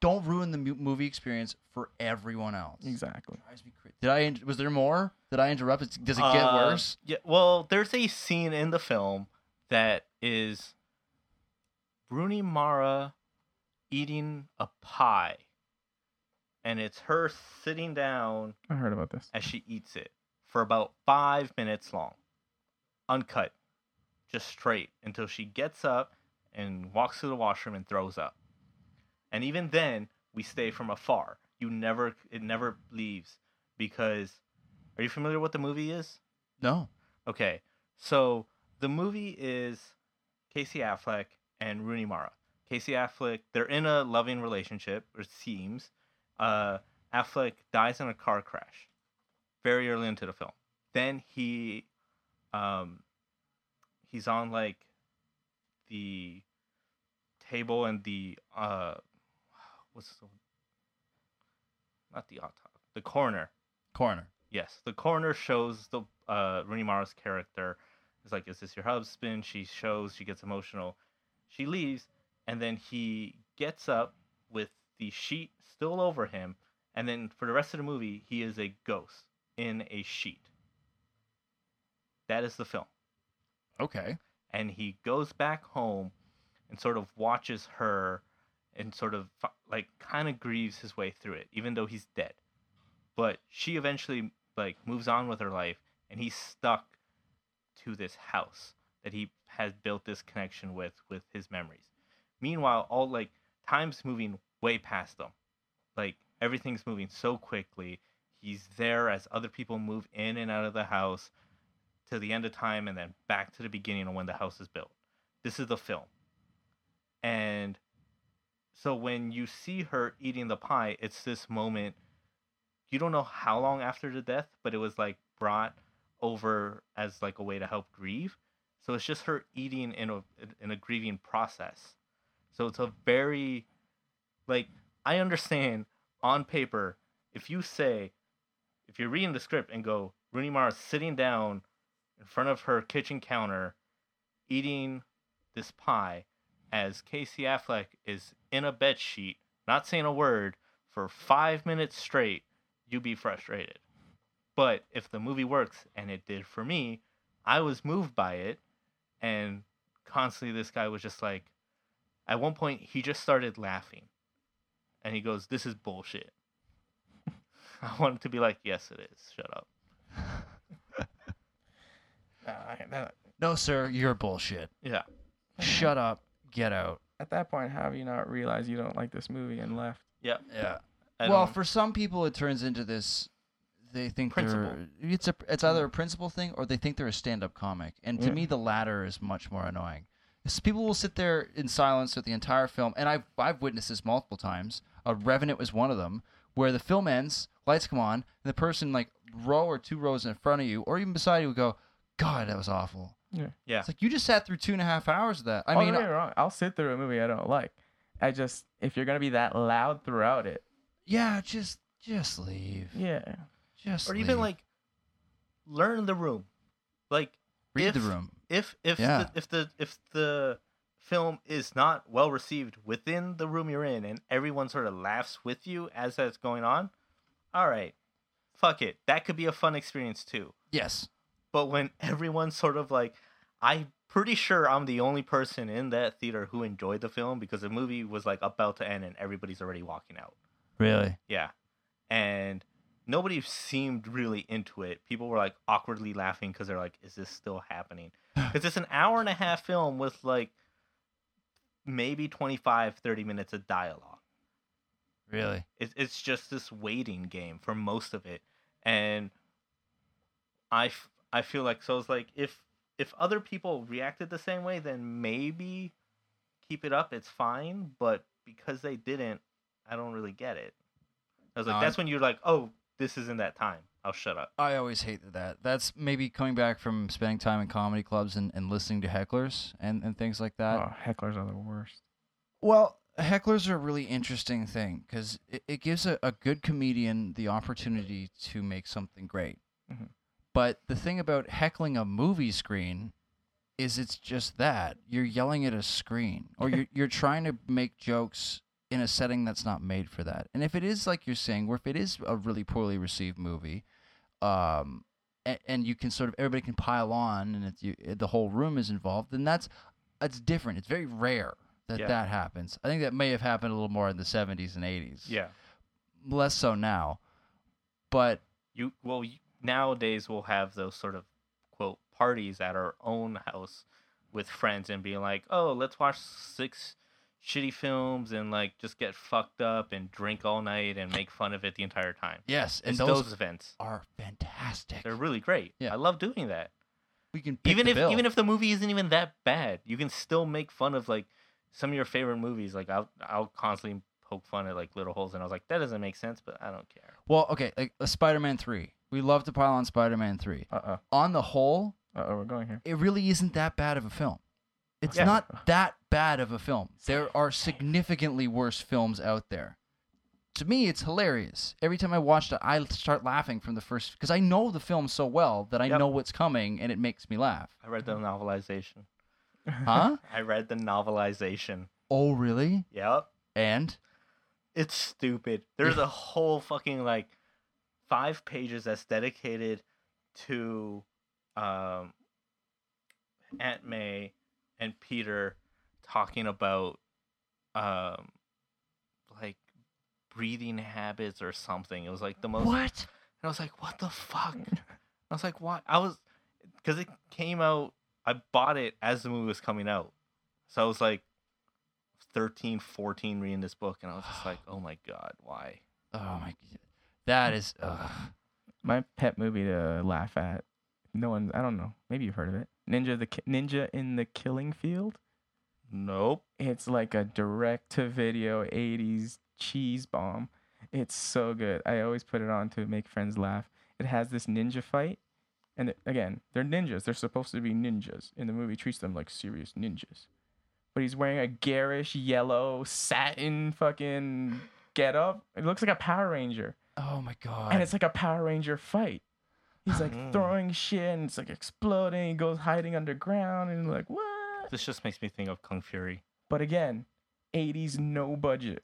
Don't ruin the mu- movie experience for everyone else.
Exactly.
Drives me cra- Did I? in- Was there more? Did I interrupt? It's- Does it get
Uh,
worse?
Yeah. Well, there's a scene in the film that is Rooney Mara eating a pie, and it's her sitting down
I heard about this.
as she eats it for about five minutes long, uncut, just straight until she gets up and walks to the washroom and throws up. And even then, we stay from afar. you never it never leaves because are you familiar what the movie is?
No.
Okay, so the movie is Casey Affleck and Rooney Mara. Casey Affleck, they're in a loving relationship, or it seems. Uh, Affleck dies in a car crash very early into the film. Then he, um, he's on like the table and the uh, what's the not the autopsy, the coroner.
Coroner.
Yes, the coroner shows the uh, Rooney Mara's character. It's like, is this your husband? She shows. She gets emotional. She leaves, and then he gets up with the sheet still over him. And then for the rest of the movie, he is a ghost in a sheet. That is the film
Okay.
and he goes back home and sort of watches her and sort of fi- like kind of grieves his way through it even though he's dead but she eventually like moves on with her life and he's stuck to this house that he has built this connection with with his memories meanwhile all like time's moving way past them like everything's moving so quickly he's there as other people move in and out of the house to the end of time and then back to the beginning of when the house is built. This is the film. And so when you see her eating the pie, it's this moment you don't know how long after the death, but it was like brought over as like a way to help grieve. So it's just her eating in a in a grieving process. So it's a very like I understand on paper if you say if you're reading the script and go Rooney Mara sitting down in front of her kitchen counter eating this pie as Casey Affleck is in a bed sheet, not saying a word for five minutes straight, you'd be frustrated. But if the movie works, and it did for me, I was moved by it. And constantly, this guy was just like, at one point, he just started laughing. And he goes, This is bullshit. I wanted to be like, Yes, it is. Shut up.
Nah, I- that-
No, sir, you're bullshit.
Yeah.
Shut up. Get out.
at that point, how have you not realized you don't like this movie and left?
Yeah.
I
well,
don't-
for some people, it turns into this. They think
Principle.
they're it's a it's either a
Mm.
principal thing or they think they're a stand up comic, and to
Yeah.
me, the latter is much more annoying. It's people will sit there in silence through the entire film, and I've I've witnessed this multiple times. A Revenant was one of them, where the film ends, lights come on, and the person like row or two rows in front of you, or even beside you, would go, "God, that was awful."
Yeah.
Yeah.
It's like you just sat through two and a half hours of that. I
oh,
mean,
don't get me wrong. I'll sit through a movie I don't like. I just if you're gonna be that loud throughout it,
yeah, just just leave,
yeah.
just
or even
leave.
like learn the room like
read the
if-
room.
if if
Yeah.
the, if the if the film is not well received within the room you're in and everyone sort of laughs with you as that's going on all right fuck it that could be a fun experience too
Yes.
but when everyone's sort of like i'm pretty sure i'm the only person in that theater who enjoyed the film because the movie was like about to end and everybody's already walking out
Really?
yeah. And nobody seemed really into it. People were like awkwardly laughing because they're like, is this still happening? Because it's an hour and a half film with like maybe 25, 30 minutes of dialogue.
Really?
It's it's just this waiting game for most of it, and I, f- I feel like so it's like if if other people reacted the same way, then maybe keep it up. It's fine, but because they didn't, I don't really get it. I was like,
No, I-
that's when you're like, oh, this isn't that time. I'll shut up.
I always hated that. That's maybe coming back from spending time in comedy clubs and, and listening to hecklers and, and things like that.
oh, hecklers are the worst.
Well, hecklers are a really interesting thing because it, it gives a, a good comedian the opportunity to make something great.
Mhm.
But the thing about heckling a movie screen is it's just that you're yelling at a screen or you're, you're trying to make jokes in a setting that's not made for that. And if it is like you're saying, where if it is a really poorly received movie, um, and, and you can sort of everybody can pile on and if you, the whole room is involved, then that's it's different. It's very rare that
Yeah.
that happens. I think that may have happened a little more in the 70s and 80s.
Yeah.
Less so now. But
you well you, nowadays we'll have those sort of quote parties at our own house with friends and being like oh let's watch six shitty films and like just get fucked up and drink all night and make fun of it the entire time.
Yes, and
It's
those,
those, events.
are fantastic.
They're really great.
Yeah.
I love doing that.
we can pick
Even
the
if
bill.
even if the movie isn't even that bad, you can still make fun of like some of your favorite movies. Like I'll I'll constantly poke fun at like little holes and I was like, that doesn't make sense, but I don't care.
well, okay, like uh, Spider-Man three. We love to pile on Spider-Man three.
Uh
On the whole,
oh. Uh oh, we're going here.
it really isn't that bad of a film. It's
Yeah.
not that bad of a film. There are significantly worse films out there. To me, it's hilarious. Every time I watch it, I start laughing from the first because I know the film so well that I
Yep.
know what's coming and it makes me laugh.
I read the novelization.
Huh?
I read the novelization.
oh, really?
Yep.
And
It's stupid. There's a whole fucking like five pages that's dedicated to um Aunt May and Peter talking about um like breathing habits or something. It was like the most
what?
and I was like, "What the fuck?" I was like, "Why?" I was because it came out. I bought it as the movie was coming out, so I was like 13, 14 reading this book, and I was just like, "Oh my god, why?"
Oh my! That is. ugh.
My pet movie to laugh at. No one, I don't know. Maybe you've heard of it. Ninja the Ki- Ninja in the Killing Field.
Nope.
It's like a direct to video 80s cheese bomb. It's so good. I always put it on to make friends laugh. It has this ninja fight. And it- again, they're ninjas. They're supposed to be ninjas. And the movie treats them like serious ninjas. But he's wearing a garish yellow satin fucking get up. It looks like a Power Ranger.
Oh my god!
And it's like a Power Ranger fight. He's like
Mm.
throwing shit and it's like exploding. He goes hiding underground and like, what?
This just makes me think of Kung Fury.
But again, 80s no budget.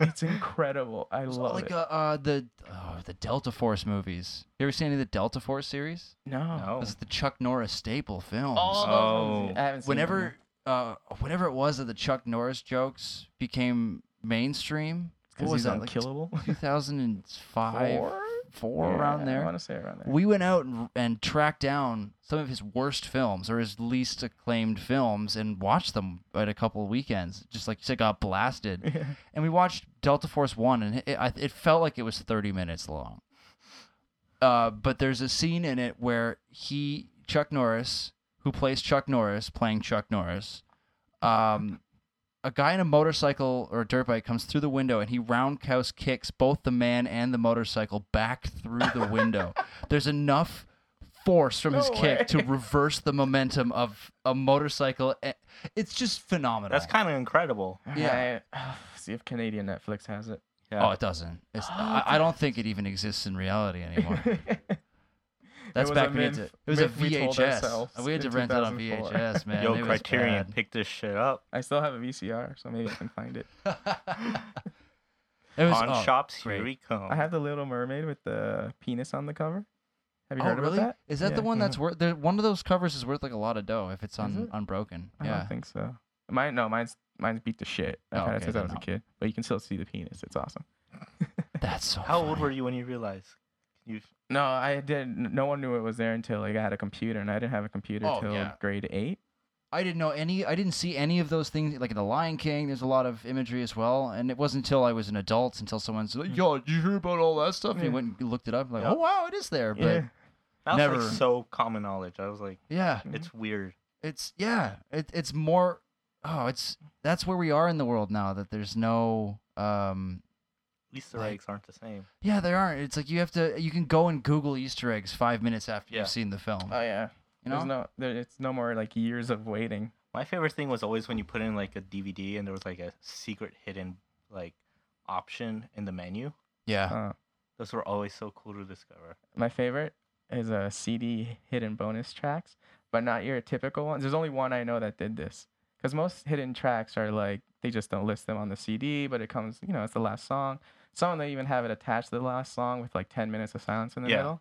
It's incredible. I
It's
love
like
it.
uh, uh, the oh, the Delta Force movies. You ever seen any of the Delta Force series?
no.
No.
It's the Chuck Norris staple films. Uh,
Oh.
I haven't seen
whenever uh whenever it was that the Chuck Norris jokes became mainstream. What
because
was
he's
that?
unkillable.
Two thousand and five,
Four?
four around
I
there.
want to say around there.
We went out and, and tracked down some of his worst films or his least acclaimed films and watched them at a couple of weekends. Just like you said, got blasted.
Yeah.
And we watched Delta Force One, and it, it, it felt like it was thirty minutes long. Uh, but there's a scene in it where he Chuck Norris, who plays Chuck Norris, playing Chuck Norris, um, a guy in a motorcycle or a dirt bike comes through the window, and he roundhouse kicks both the man and the motorcycle back through the window. there's enough force from his
No way.
kick to reverse the momentum of a motorcycle. Eh, It's just phenomenal.
That's kind of incredible.
Yeah.
I- see if Canadian Netflix has it.
Yeah.
Oh, it doesn't. It's, I, I don't think it even exists in reality anymore. That's
was
back
a
when we had to,
myth-
it was a
myth we told
VHS.
ourselves
We had to
in
rent it on
2004.
VHS, man.
Yo,
It was
Criterion,
bad.
pick this shit up.
I still have a VCR, so maybe I can find it.
it was
On
oh,
shops,
great.
here we come.
I have the Little Mermaid with the penis on the cover. Have you
Oh,
heard
really?
about that?
Is that the
Yeah.
one that's worth? there- One of those covers is worth like a lot of dough if it's on
it? Oh,
unbroken.
I
Yeah.
don't think so. Mine, no, mine's mine's beat the shit. I've
Oh,
had
okay,
it since I
then
was
no.
a kid, but you can still see the penis. It's awesome.
That's so.
How old
funny.
were you when you realized? You
No, I did. not No one knew it was there until like, I had a computer, and I didn't have a computer
Oh,
till
yeah.
grade eight.
I didn't know any. I didn't see any of those things. Like in The Lion King, there's a lot of imagery as well. And it wasn't until I was an adult until someone said, "Yo, did you hear about all that stuff?" And you
Hmm. Yeah.
went and looked it up. Like,
Yeah.
oh wow, it is there. But
Yeah.
yeah,
that was
Never. Mm-hmm.
like so common knowledge. I was like,
Mhm.
it's weird.
it's yeah, it, it's more. Oh, it's that's where we are in the world now. That there's no. um
At least the
Like-
eggs aren't the same.
Yeah, there aren't. It's like you have to. You can go and Google Easter eggs five minutes after
Yeah.
you've seen the film.
Oh yeah.
you know.
There's no. There, it's no more like years of waiting.
My favorite thing was always when you put in like a DVD and there was like a secret hidden like option in the menu.
yeah.
Uh,
Those were always so cool to discover.
my favorite is a CD hidden bonus tracks, but not your typical ones. There's only one I know that did this, because most hidden tracks are like they just don't list them on the CD, but it comes. You know, it's the last song. Some of them even have it attached to the last song with like 10 minutes of silence in the
Yeah.
middle.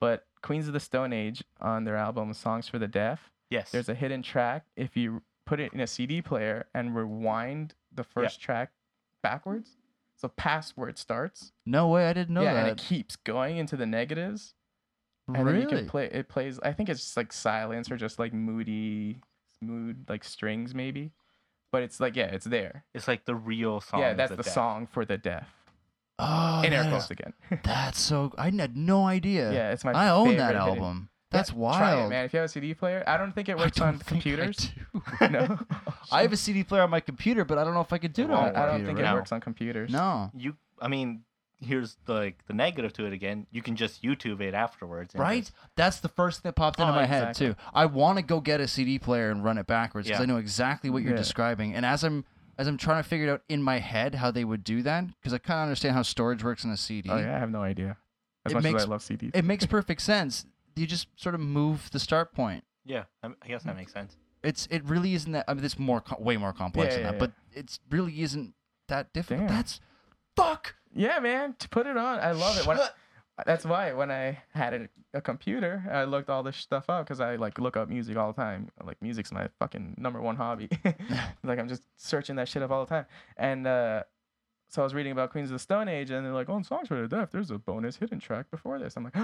But Queens of the Stone Age on their album Songs for the Deaf.
Yes.
there's a hidden track if you put it in a CD player and rewind the first track backwards. So past where it starts,
No way, I didn't know
yeah,
that.
and it keeps going into the negatives, and
really?
then you can play. It plays. I think it's just like silence or just like moody mood, like strings maybe. but it's like yeah, it's there.
It's like the real song.
yeah,
of
that's the,
death.
song for the deaf.
Oh,
In air
that
quotes
is,
again.
that's so. I had no idea.
yeah, it's my.
I own that
favorite hidden-
album. That's
Yeah,
wild.
Try it, man. If you have a CD player, I don't think it
I
works
don't
on
think I
computers.
do.
no,
I have a CD player on my computer, but I don't know if I could do it
Well,
on
I
a
don't
I don't
computer.
think it
right?
works on computers.
No.
You, I mean, here's the, like the negative to it again. You can just YouTube it afterwards. and
Right?
just-
That's the first thing that popped into
Oh,
my
exactly.
head too. I want to go get a CD player and run it backwards because
Yeah.
I know exactly what you're
Yeah.
describing. And as I'm as I'm trying to figure it out in my head how they would do that, because I kind of understand how storage works in a CD.
Oh yeah, I have no idea. As
It
much
makes-
as I love CDs.
It makes perfect sense. You just sort of move the start point.
yeah, I, I guess that makes sense.
It's it really isn't that. I mean, it's more co- way more complex
Yeah,
than
yeah,
that, but it's really isn't that difficult.
Damn.
That's fuck.
Yeah, man, to put it on. I love it. When I- that's why when I had a, a computer, I looked all this stuff up because I like look up music all the time. Like music's my fucking number one hobby. like I'm just searching that shit up all the time. And uh, so I was reading about Queens of the Stone Age, and they're like, "Oh, in songs for the deaf, there's a bonus hidden track before this." I'm like,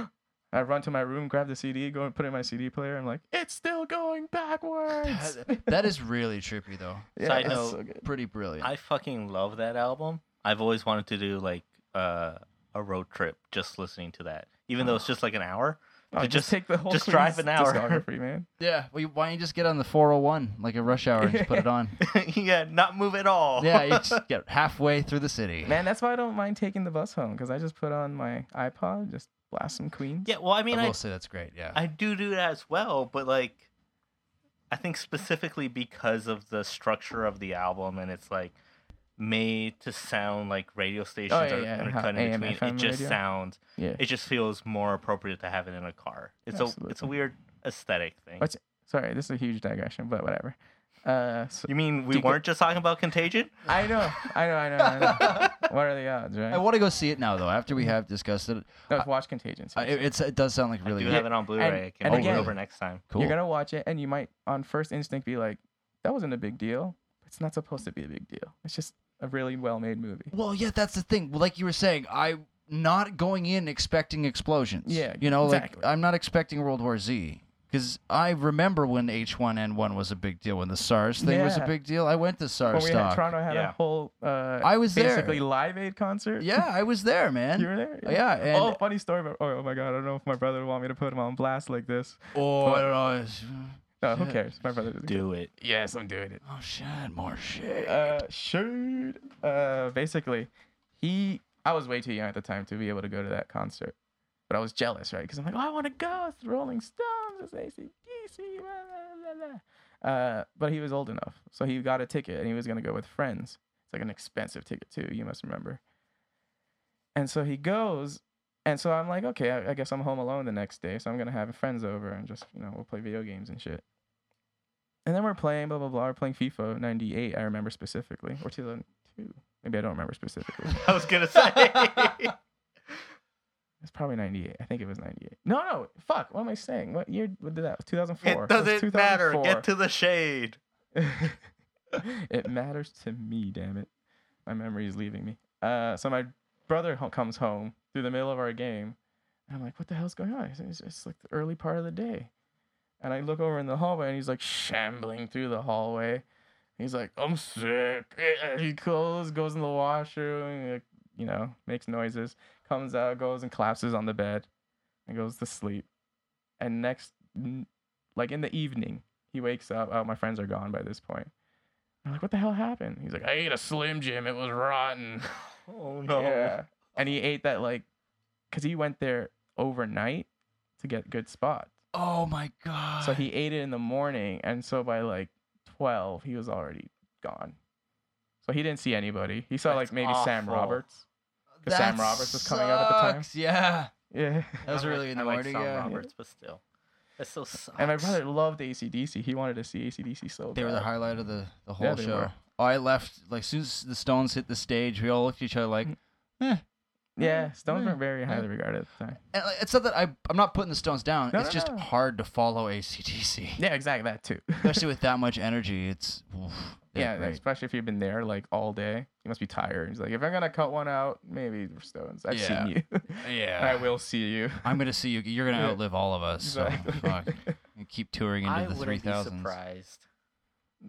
I run to my room, grab the CD, go and put it in my CD player. I'm like, it's still going backwards.
That- that is really trippy though.
yeah,
Side
it's
note.
so good.
Pretty brilliant.
I fucking love that album. I've always wanted to do like uh, a road trip just listening to that, even though it's just like an hour.
Oh,
To
just, take the whole
just drive an
Queens
hour.
discography, man.
yeah. Well, you, why don't you just get on the 401 like a rush hour and just put it on?
yeah, not move at all.
yeah, you just get halfway through the city.
Man, that's why I don't mind taking the bus home because I just put on my iPod, just blast some Queens.
yeah. Well, I mean,
I
I,
will say that's great. Yeah.
I do do that as well, but like, I think specifically because of the structure of the album and it's like made to sound like radio stations
Oh, yeah,
are
yeah, uh-huh. and how
intercut in
AM,
between.
FM
it just
radio.
sounds.
Yeah.
It just feels more appropriate to have it in a car. It's a it's a
Absolutely.
weird aesthetic thing.
What's- Sorry, this is a huge digression, but whatever. Uh, so,
you mean we
Do you go-
weren't just talking about Contagion?
I know, I know, I know, I know. what are the odds, right?
I want to go see it now though. After we have discussed it,
no, watch Contagion.
I,
seriously.
it, it's, it does sound like really
Do
good.
have it on Blu-ray. I can
and
bring
again-
it over next time.
cool.
You're gonna watch it, and you might, on first instinct, be like, "That wasn't a big deal." It's not supposed to be a big deal. It's just a really well-made movie.
Well, yeah, that's the thing. Well, Like you were saying, I not going in expecting explosions.
Yeah,
you know,
exactly.
like I'm not expecting World War Z because I remember when H1N1 was a big deal, when the SARS thing was a
Yeah.
big deal. I went to SARS
When we had
stock.
Toronto had
Yeah.
a whole, uh,
I was there.
basically Live Aid concert.
yeah, I was there, man.
You were there?
Yeah, and
oh, funny story. About, oh, oh my God, I don't know if my brother would want me to put him on blast like this.
oh, I don't know. it's-
No, Oh, who
Shit.
cares? My brother doesn't.
Do it.
Yes, I'm doing it.
Oh shit, more shit.
Uh, shoot. Uh, basically, he. I was way too young at the time to be able to go to that concert, but I was jealous, right? Because I'm like, oh, I want to go. It's the Rolling Stones. It's ACDC. Blah, blah, blah, blah. Uh, but he was old enough, so he got a ticket, and he was gonna go with friends. It's like an expensive ticket too. You must remember. And so he goes, and so I'm like, okay, I, I guess I'm home alone the next day, so I'm gonna have friends over and just, you know, we'll play video games and shit. And then we're playing blah blah blah. We're playing FIFA 98. I remember specifically, or 2002. Maybe I don't remember specifically.
I was gonna say.
It's probably 98. I think it was 98. No, no, fuck. What am I saying? What year did that? 2004.
It doesn't matter.
2004.
Get to the shade.
it matters to me, damn it. My memory is leaving me. Uh, so my brother ho- comes home through the middle of our game, and I'm like, "What the hell's going on?" It's, it's, it's like the early part of the day, and I look over in the hallway, and he's like shambling through the hallway. He's like, "I'm sick." He goes, goes in the washroom, like, you know, makes noises, comes out, goes and collapses on the bed, and goes to sleep. And next, n- like in the evening, he wakes up. Oh, my friends are gone by this point. I'm like, what the hell happened? He's like, I ate a Slim Jim. It was rotten.
Oh no.
Yeah. And he ate that, like, because he went there overnight to get good spots.
oh my god.
So he ate it in the morning. And so by like 12, he was already gone. So he didn't see anybody. He saw,
That's
like, maybe Sam
awful.
Roberts. 'Cause
That
Sam Roberts was coming out at the time.
sucks, Yeah.
Yeah.
That was
I'm like-
early in the
I like
morning.
Sam
yeah.
Roberts, but still, that still sucks.
And my brother loved ACDC. He wanted to see ACDC so
They were the
bad.
highlight of the, the whole
they
show.
were.
I left like as soon as the Stones hit the stage, we all looked at each other like, eh.
Yeah, Stones
Hmm. Yeah.
weren't very highly regarded at the time.
And, like, it's not that I I'm not putting the Stones down.
No,
it's
no,
just
no.
hard to follow ACDC,
Yeah, exactly. That, too.
especially with that much energy. It's oof, they're
Yeah,
great.
especially if you've been there like all day, you must be tired. He's like, if I'm gonna cut one out, maybe we're Stones. I've
Yeah.
seen you. I
yeah.
will see you.
I'm gonna see you. You're gonna
Yeah.
outlive all of us. So
Exactly.
fuck. You keep touring into
I
the
wouldn't
three
be
thousands.
surprised.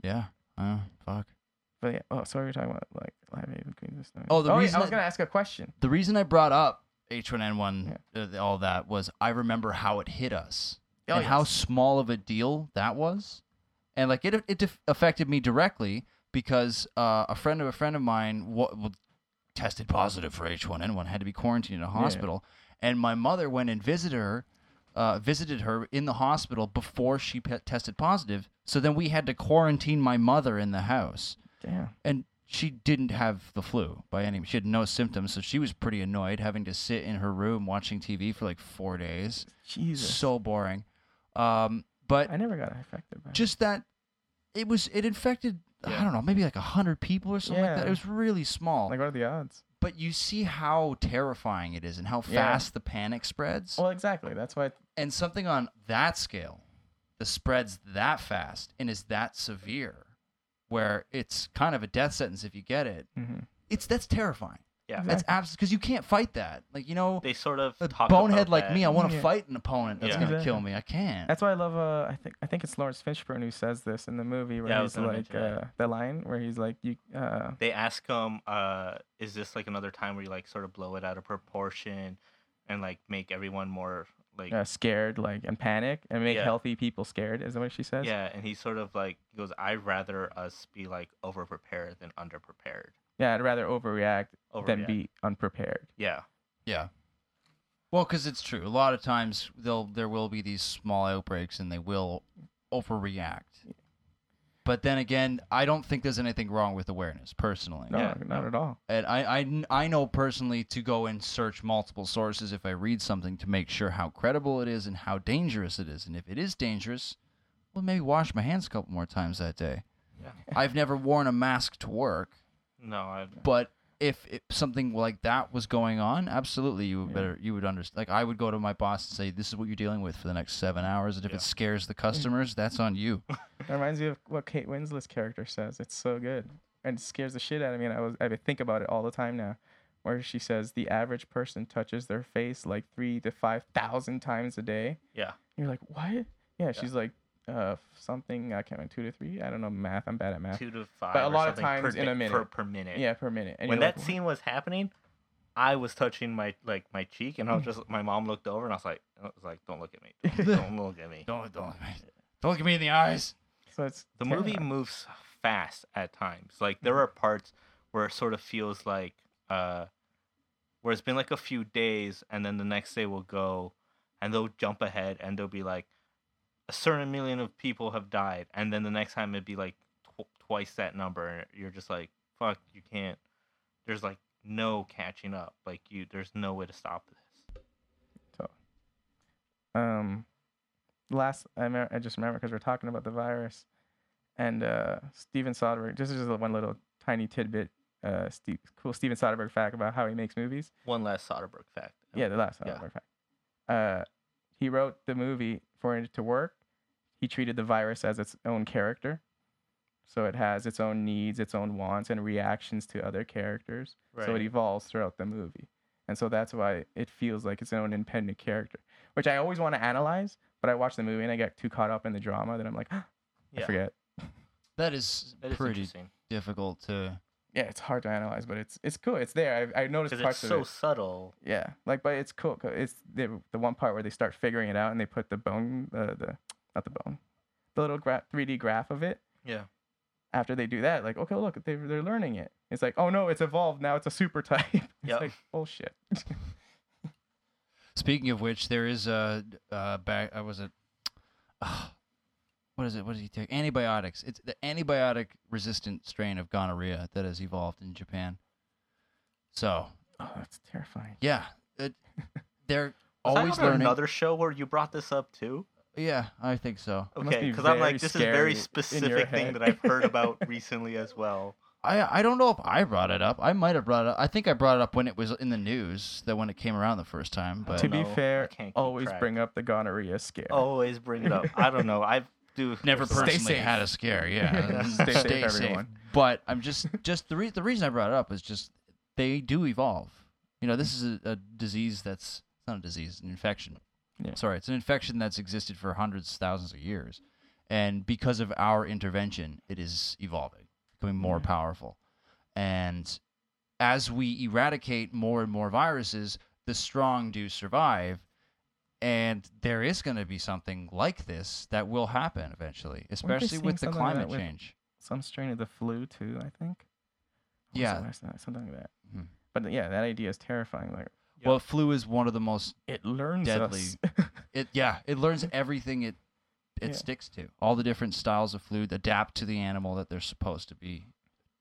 Yeah. Uh, fuck.
But yeah, oh, sorry, we're talking about like live aid with green stuff.
Oh, the
yeah,
reason
I was
I-
gonna ask a question.
The reason I brought up H1N1, uh, all that was I remember how it hit us
Oh,
and how
yes.
small of a deal that was, and like it it def- affected me directly because uh, a friend of a friend of mine wa- wa- tested positive for H1N1, had to be quarantined in a hospital, and my mother went and visited her. Uh, visited her in the hospital before she pe- tested positive. So then we had to quarantine my mother in the house
Damn.
and she didn't have the flu by any she had no symptoms so she was pretty annoyed having to sit in her room watching tv for like four days
Jesus.
so boring um but
I never got affected by it.
just that it was it infected i
Yeah.
don't know maybe like a 100 people or something like that
Yeah.
it was really small
Like, what are the odds?
but you see how terrifying it is and how
Yeah.
fast the panic spreads
Well, exactly. That's why.
and something on that scale that spreads that fast and is that severe where it's kind of a death sentence if you get it
hmm
it's that's terrifying
Yeah.
That's absolutely because you can't fight that. Like you know,
They sort of
a
talk
bonehead
about
like
that.
me, I want to
Yeah.
fight an opponent that's
Yeah.
gonna
Exactly.
kill me. I can't.
That's why I love. Uh, I think I think it's Lawrence Fishburne who says this in the movie where
Yeah, I was
he's
gonna
like
mention that.
uh, the line where he's like, "You, uh,
they ask him, uh, "Is this like another time where you like sort of blow it out of proportion and like make everyone more like
uh, scared, like, and panic, and make
Yeah.
healthy people scared." Is that what she says?
yeah?" And he sort of like goes, "I'd rather us be like over prepared than under prepared."
Yeah, I'd rather overreact
Over
than be unprepared.
yeah,
yeah. Well, because it's true. A lot of times they'll there will be these small outbreaks and they will overreact. But then again, I don't think there's anything wrong with awareness personally.
No,
Yeah,
not
no.
at all.
And I, I, I know personally to go and search multiple sources if I read something to make sure how credible it is and how dangerous it is. And if it is dangerous, well, maybe wash my hands a couple more times that day.
Yeah.
I've never worn a mask to work,
no, I,
but if it, something like that was going on, absolutely, you would
Yeah.
better you would understand. Like I would go to my boss and say, "This is what you're dealing with for the next seven hours," and if
Yeah.
it scares the customers, that's on you.
That reminds me of what Kate Winslet's character says. It's so good, and it scares the shit out of me. And I was, I would think about it all the time now, where she says the average person touches their face like three to five thousand times a day.
yeah,
And you're like, what? Yeah, she's like, uh, something. I can't remember two to three. I don't know math. I'm bad at math.
two to five.
But a
or
lot of
something per
times in
day-
a minute.
per, per minute.
Yeah, per minute. And
when
you're
that
like,
scene was happening, I was touching my like my cheek, and I
Mm.
was just my mom looked over, and I was like, I was like, "Don't look at me! Don't look at me!"
Don't don't don't look at me in the eyes.
So it's
the movie
terrifying.
moves fast at times. Like there
Mm-hmm.
are parts where it sort of feels like uh where it's been like a few days and then the next day will go and they'll jump ahead and they'll be like a certain million of people have died and then the next time it'd be like tw- twice that number and you're just like fuck you can't there's like no catching up like you there's no way to stop this
um last I, me- I just remember because we're talking about the virus and uh steven soderbergh this is just one little tiny tidbit uh Ste cool steven soderbergh fact about how he makes movies
one last soderbergh fact
yeah the last
Oh. Yeah.
soderbergh fact uh he wrote the movie for it to work he treated the virus as its own character so it has its own needs its own wants and reactions to other characters
right
so it evolves throughout the movie. And so that's why it feels like its own independent character, which I always want to analyze, but I watch the movie and I get too caught up in the drama that I'm like, I
yeah.
forget.
That is
that is
pretty
interesting
difficult to.
Yeah, it's hard to analyze, but it's it's cool. It's there. I, I noticed
because
parts
it's so
of it.
subtle
Yeah, like but it's cool. 'cause It's the the one part where they start figuring it out and they put the bone, uh, the not the bone, the little gra- 3D graph of it.
yeah
After they do that, like okay, look, they they're learning it. It's like oh no, it's evolved now. It's a super type. It's
Yep.
like bullshit.
Speaking of which, there is a uh, back. I was it. Uh, what is it? What does he take? Antibiotics. It's the antibiotic resistant strain of gonorrhea that has evolved in Japan. So
oh, that's terrifying.
yeah, it, they're
Was I
always
on
learning.
another show where you brought this up too.
Yeah, I think so.
It must
Okay,
be
because I'm
very
like, this is a
scary in
very
your
specific thing
head.
that I've heard about recently as well.
I I don't know if I brought it up. I might have brought it up. I think I brought it up when it was in the news that when it came around the first time. But
to
don't
be
know. I
fair,
can't keep
always
track. Oh.
bring up the gonorrhea scare.
Always bring it up. I don't know. I do
never
there's some-
personally
safe.
had a scare. Yeah,
Stay safe, everyone.
But I'm just just the re- the reason I brought it up is just they do evolve. You know, this is a, a disease that's it's not a disease, an infection.
Yeah.
Sorry, it's an infection that's existed for hundreds, thousands of years, and because of our intervention, it is evolving becoming more
Mhm.
powerful. And as we eradicate more and more viruses, the strong do survive. And there is going to be something like this that will happen eventually, especially
seeing
with the
something like
climate
that with-
change.
some strain of the flu too. I think. Or
Yeah.
something like that- something like that.
Hmm.
Mhm.
But yeah, that idea is terrifying. Like
Yeah.
Well, flu is one of the most
it learns
Deadly.
us.
It yeah, it learns everything it it
Yeah.
sticks to. All the different styles of flu adapt to the animal that they're supposed to be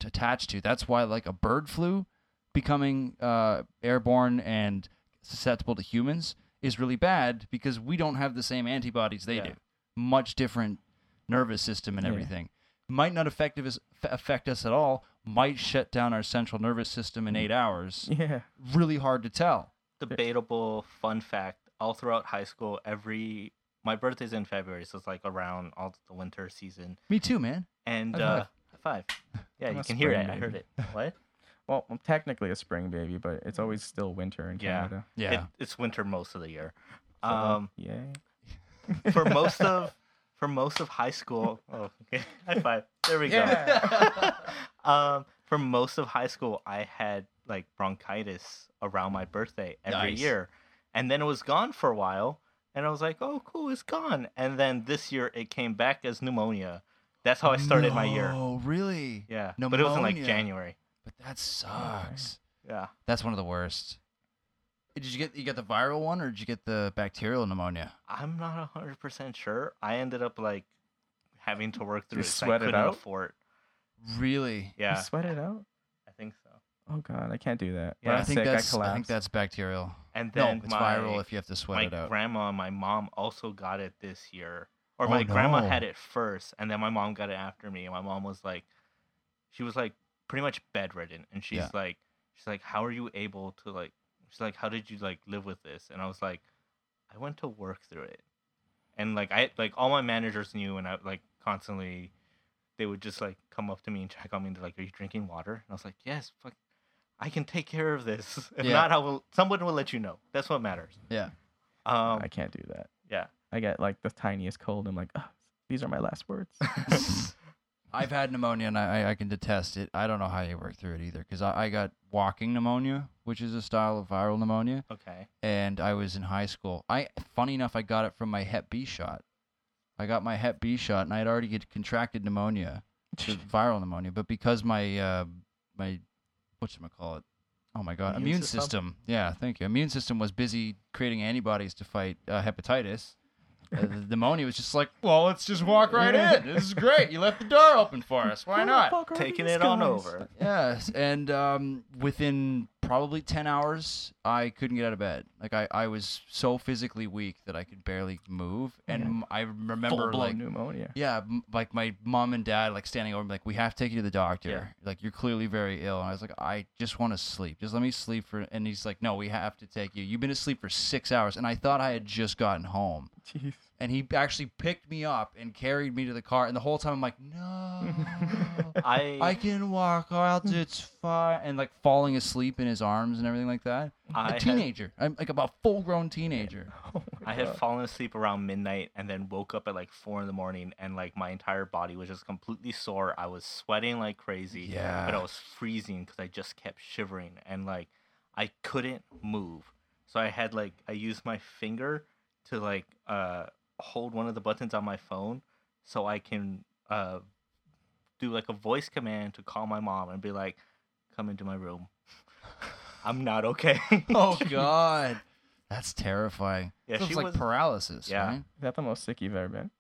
t- attached to. That's why like a bird flu becoming uh, airborne and susceptible to humans is really bad because we don't have the same antibodies they
Yeah.
do. Much different nervous system and
Yeah.
everything. Might not affect us, affect us at all. Might shut down our central nervous system in eight hours.
yeah.
Really hard to tell.
debatable fun fact all throughout high school every my birthday's in february so it's like around all the winter season
Me too, man.
and
High
uh high five yeah
I'm
you
a
can hear it
Uh-huh. spring
i heard
baby.
it what
Well, I'm technically a spring baby, but it's always still winter in
Yeah.
Canada.
Yeah.
It- it's winter most of the year
So,
um
yay.
for most of for most of high school oh okay high five there we
Yeah.
go um for most of high school i had like bronchitis around my birthday every
Nice.
year and then it was gone for a while and i was like oh cool it's gone and then this year it came back as pneumonia that's how i started my year
Oh, really?
yeah but it was in like
Pneumonia.
january
But that sucks.
yeah
That's one of the worst. Did you get you got the viral one or did you get the bacterial pneumonia?
i'm not 100% sure i ended up like having to work through
You
it 'cause i
sweat it
couldn't
out?
afford
Really?
yeah
You sweat it out?
i think so
Oh God, I can't do that.
Yeah,
when
I
I'm
think
sick, I
that's I,
collapse.
think that's bacterial.
and
No,
then
it's
my,
viral if you have to
my
sweat it out.
grandma and my mom also got it this year. Or
Oh,
my grandma
no.
had it first, and then my mom got it after me. And my mom was like, she was like pretty much bedridden, and she's
Yeah.
like, she's like, how are you able to like? She's like, how did you like live with this? And I was like, I went to work through it, and like I like all my managers knew, and I like constantly, they would just like come up to me and check on me, and they're like, are you drinking water? And I was like, yes, fuck, I can take care of this. If
Yeah.
not, I will. Someone will let you know. That's what matters.
Yeah.
Um,
I can't do that.
yeah.
I get like the tiniest cold. I'm like, oh, these are my last words.
I've had pneumonia and I, I- I can detest it. I don't know how you work through it either because I, I got walking pneumonia, which is a style of viral pneumonia,
Okay.
and I was in high school. I funny enough, I got it from my Hep B shot. I got my Hep B shot and I had already get contracted pneumonia. to viral pneumonia, but because my uh, my what's call it? Oh my god,
Immune
immune,
system?
system. Yeah, thank you. Immune system was busy creating antibodies to fight uh, hepatitis. Uh, the pneumonia was just like, well, let's just walk right in. This is great. You left the door open for us. Why not?
Fuck are
Taking
these
it on
guys?
over.
Yes, and um, within probably ten hours, I couldn't get out of bed. Like I, I was so physically weak that I could barely move, and
Yeah.
m- I remember
Full-blown
like
pneumonia.
yeah, m- like my mom and dad like standing over me, like we have to take you to the doctor.
Yeah.
Like you're clearly very ill. And I was like, I just want to sleep. Just let me sleep for. And he's like, No, we have to take you. You've been asleep for six hours, and I thought I had just gotten home.
Jeez.
And he actually picked me up and carried me to the car. And the whole time I'm like, No,
I
I can walk out. It's fine. And like falling asleep in his arms and everything like that.
I
A
had-
teenager. I'm like about full grown teenager.
Oh my
I had
God.
fallen asleep around midnight and then woke up at like four in the morning and like my entire body was just completely sore. I was sweating like crazy.
Yeah.
But I was freezing because I just kept shivering and like I couldn't move. So I had like I used my finger to like uh hold one of the buttons on my phone so I can uh do like a voice command to call my mom and be like, Come into my room. I'm not okay.
oh God. That's terrifying.
Yeah,
so it's
she
like
was-
paralysis.
Yeah.
right?
Is that the most sick you've ever been?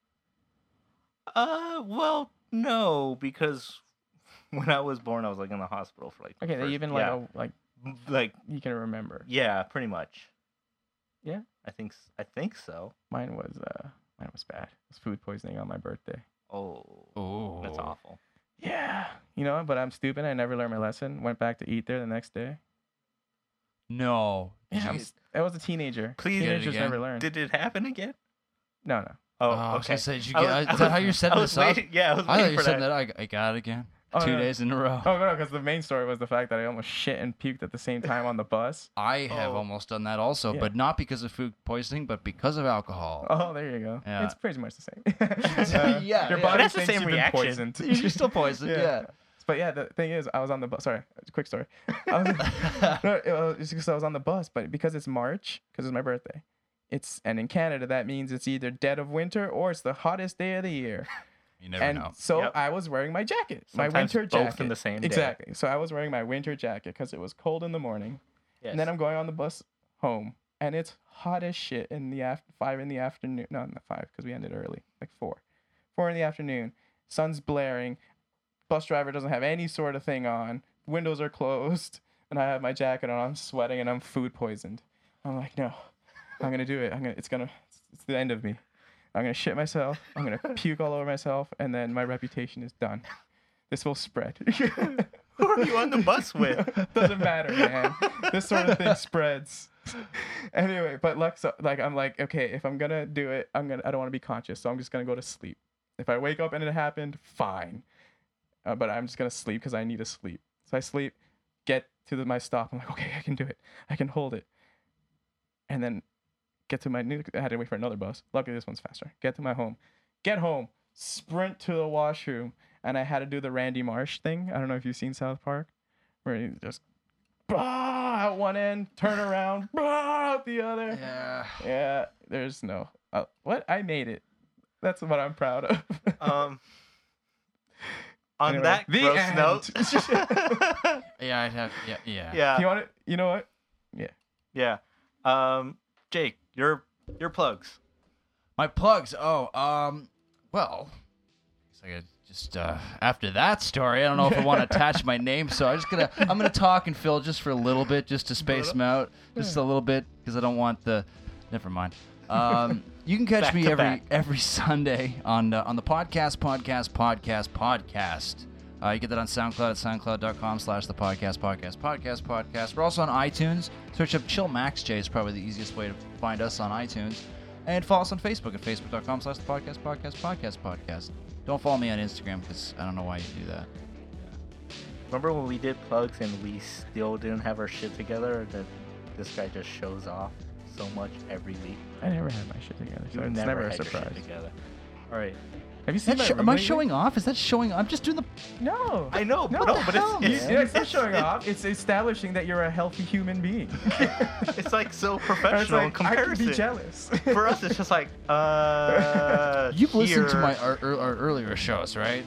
Uh, well, no, because when I was born, I was like in the hospital for like. the
Okay,
first-
they even like
yeah,
oh, like
m- like
you can remember.
yeah, pretty much.
Yeah?
I think s- I think so.
Mine was uh mine was bad. It was food poisoning on my birthday.
Oh,
Oh,
that's awful.
Yeah. You know, but I'm stupid. I never learned my lesson. Went back to eat there the next day.
No,
Yeah, I'm s- I was a teenager.
Please- Did it
teenagers
again?
never learn.
Did it happen again?
no, no.
Oh,
Oh, I was
okay.
gonna say, did you
I
get-
was-
uh, is
I
that how
was-
you're setting
I was
this up?
waiting- Yeah, I was
I
waiting
thought you
for
said
that.
that. I, I got it again.
Oh,
Two
no, no.
days in a row.
Oh no, because the main story was the fact that I almost shit and puked at the same time on the bus.
I have
Oh.
almost done that also,
Yeah.
but not because of food poisoning, but because of alcohol.
Oh, there you go.
Yeah.
It's pretty much the same.
Yeah,
Your
yeah.
body
That's the
thinks
same
you've been
reaction.
poisoned.
You're still poisoned. yeah.
But But yeah, the thing is, I was on the bus. Sorry, quick story. I was, no, it was just 'cause I was on the bus, but because it's March, because it's my birthday, it's and in Canada that means it's either dead of winter or it's the hottest day of the year.
you never
and
know.
so
Yep.
I was wearing my jacket, my
Sometimes
winter
both
jacket.
in the same day.
Exactly. So I was wearing my winter jacket because it was cold in the morning, and then I'm going on the bus home, and it's hot as shit in the after five in the afternoon. No, not five because we ended early, like four, four in the afternoon. Sun's blaring. Bus driver doesn't have any sort of thing on. Windows are closed, and I have my jacket on. I'm sweating and I'm food poisoned. I'm like, no, I'm gonna do it. I'm gonna. It's gonna. It's, it's the end of me. I'm gonna shit myself. I'm gonna puke all over myself, and then my reputation is done. This will spread.
Who are you on the bus with?
Doesn't matter, man. this sort of thing spreads. anyway, but like, so, like I'm like, okay, if I'm gonna do it, I'm gonna. I don't want to be conscious, so I'm just gonna go to sleep. If I wake up and it happened, fine. Uh, but I'm just gonna sleep because I need to sleep. So I sleep, get to the, my stop. I'm like, okay, I can do it. I can hold it. And then get to my new. I had to wait for another bus. Luckily, this one's faster. Get to my home. Get home. Sprint to the washroom. And I had to do the Randy Marsh thing. I don't know if you've seen South Park, where you just bah, out one end, turn around, bah, out the other.
yeah.
Yeah, there's no. Uh, what? I made it. That's what I'm proud of.
Um, on
Anyway,
that
the
gross
end.
note.
Yeah, I have. Yeah, yeah.
you
yeah,
want it? You know what?
yeah. Um, Jake, your your plugs.
My plugs. Oh, um, well, it's like I just uh, after that story, I don't know if I want to attach my name, so I'm just gonna I'm gonna talk and fill just for a little bit, just to space them out, just a little bit, because I don't want the. Never mind. Um, you can catch
Back
me
to
every
back.
every Sunday on uh, on the podcast, podcast, podcast, podcast. Uh, you get that on SoundCloud at soundcloud.com slash the podcast, podcast, podcast, podcast. We're also on iTunes. Search up Chill Max J is probably the easiest way to find us on iTunes. And follow us on Facebook at facebook.com slash the podcast, podcast, podcast, podcast. Don't follow me on Instagram because I don't know why you do that.
Remember when we did plugs and we still didn't have our shit together? That this guy just shows off so much every week.
I never had my shit together, so
You
it's never, a
had your shit
surprise.
together. All right.
Have you seen my
That sho-
room
am I
lately?
showing off? Is that showing off? I'm just doing the.
No.
I know, but
No, what
no,
the
but
hell,
it's,
man?
it's,
Yeah, it's not showing
it's-
off. It's establishing that you're a healthy human being.
It's like so
it's
professional in
like, I can
comparison.
be jealous.
For us, it's just like, uh.
You've listened to
here-
my our, our, our earlier shows, right?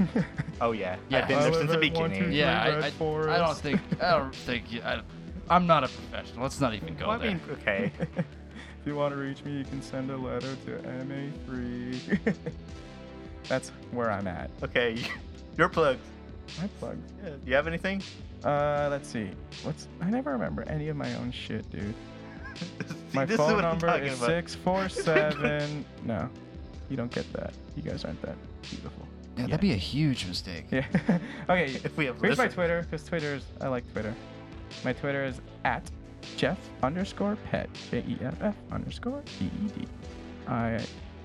Oh yeah,
Yeah.
I've been there since the
Oliver, one, two,
beginning.
three.
Yeah,
Red
I, I, I don't
Forest.
think I don't think you- I, I'm not a professional. Let's not even go
Well, I
there.
mean, okay.
If you want to reach me, you can send a letter to MA3. That's where I'm at.
Okay, your plugs.
My plug.
Yeah. Do you have anything?
Uh, let's see. What's? I never remember any of my own shit, dude.
See,
My
this is
phone
what I'm
number
talking
is
about.
six four seven. No, you don't get that. You guys aren't that beautiful.
yeah, that'd be a huge mistake.
Yeah. okay.
If we have
Here's my
listeners.
Twitter, because Twitter is I like Twitter. My Twitter is at Jeff underscore pet J E F F underscore D E D. I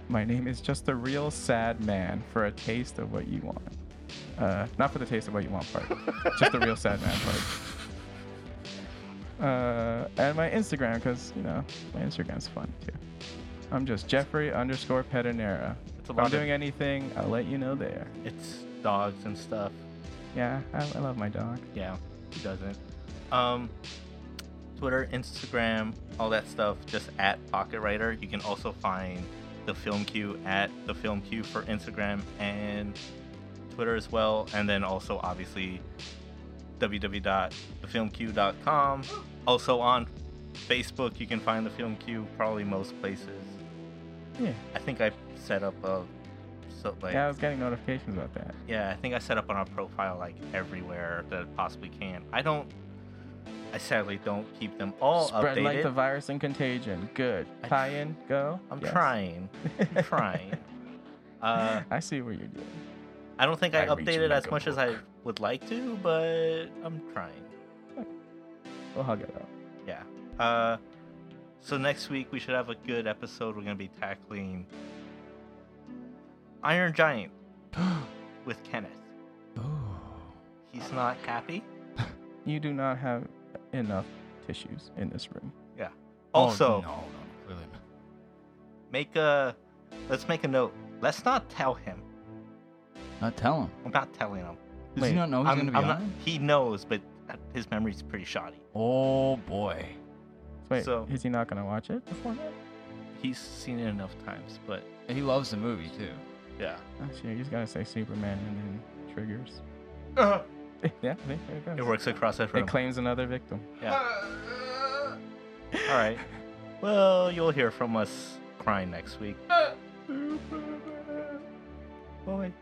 my name is just a real sad man for a taste of what you want. Uh, not for the taste of what you want part. just the real sad man part. Uh, and my Instagram, because you know my Instagram's fun too. I'm just Jeffrey underscore Pedernera.
It's a lot
If I'm
of-
doing anything, I'll let you know there.
It's dogs and stuff.
Yeah, I, I love my dog.
Yeah, who doesn't? Um, Twitter, Instagram, all that stuff. Just at Pocket Writer. You can also find the Film Queue at the Film Queue for Instagram and Twitter as well. And then also obviously www.thefilmqueue.com. Also on Facebook, you can find the Film Queue probably most places.
Yeah.
I think I set up a so like
Yeah, I was getting notifications about that.
Yeah, I think I set up on our profile like everywhere that I possibly can. I don't. I sadly don't keep them all
Spread
updated.
like the virus and contagion. Good.
I-
Tie in, go.
I'm
Yes.
trying. I'm trying. Uh,
I see what you're doing.
I don't think I,
I reach
updated as
like a
much as I would like to, but I'm trying.
We'll hug it out.
Yeah. Uh, so next week we should have a good episode. We're gonna be tackling Iron Giant with Kenneth. He's not happy.
You do not have enough tissues in this room.
Also.
oh, no, no, clearly not.
make a let's make a note let's not tell him
Not tell him.
i'm not telling him
Does he not know he's
I'm-
going to be
I'm
on?
not-
it?
he knows, but uh, his memory's pretty shoddy.
Oh boy.
Wait,
So-
is he not gonna watch it beforehand?
He's seen it enough times, but
And he loves the movie too.
yeah.
Oh, shit, you just gotta say Superman and then triggers. yeah, there there it goes.
Uh-huh. It works across
It
everyone.
claims another victim.
All right. Well, you'll hear from us crying next week. Boy.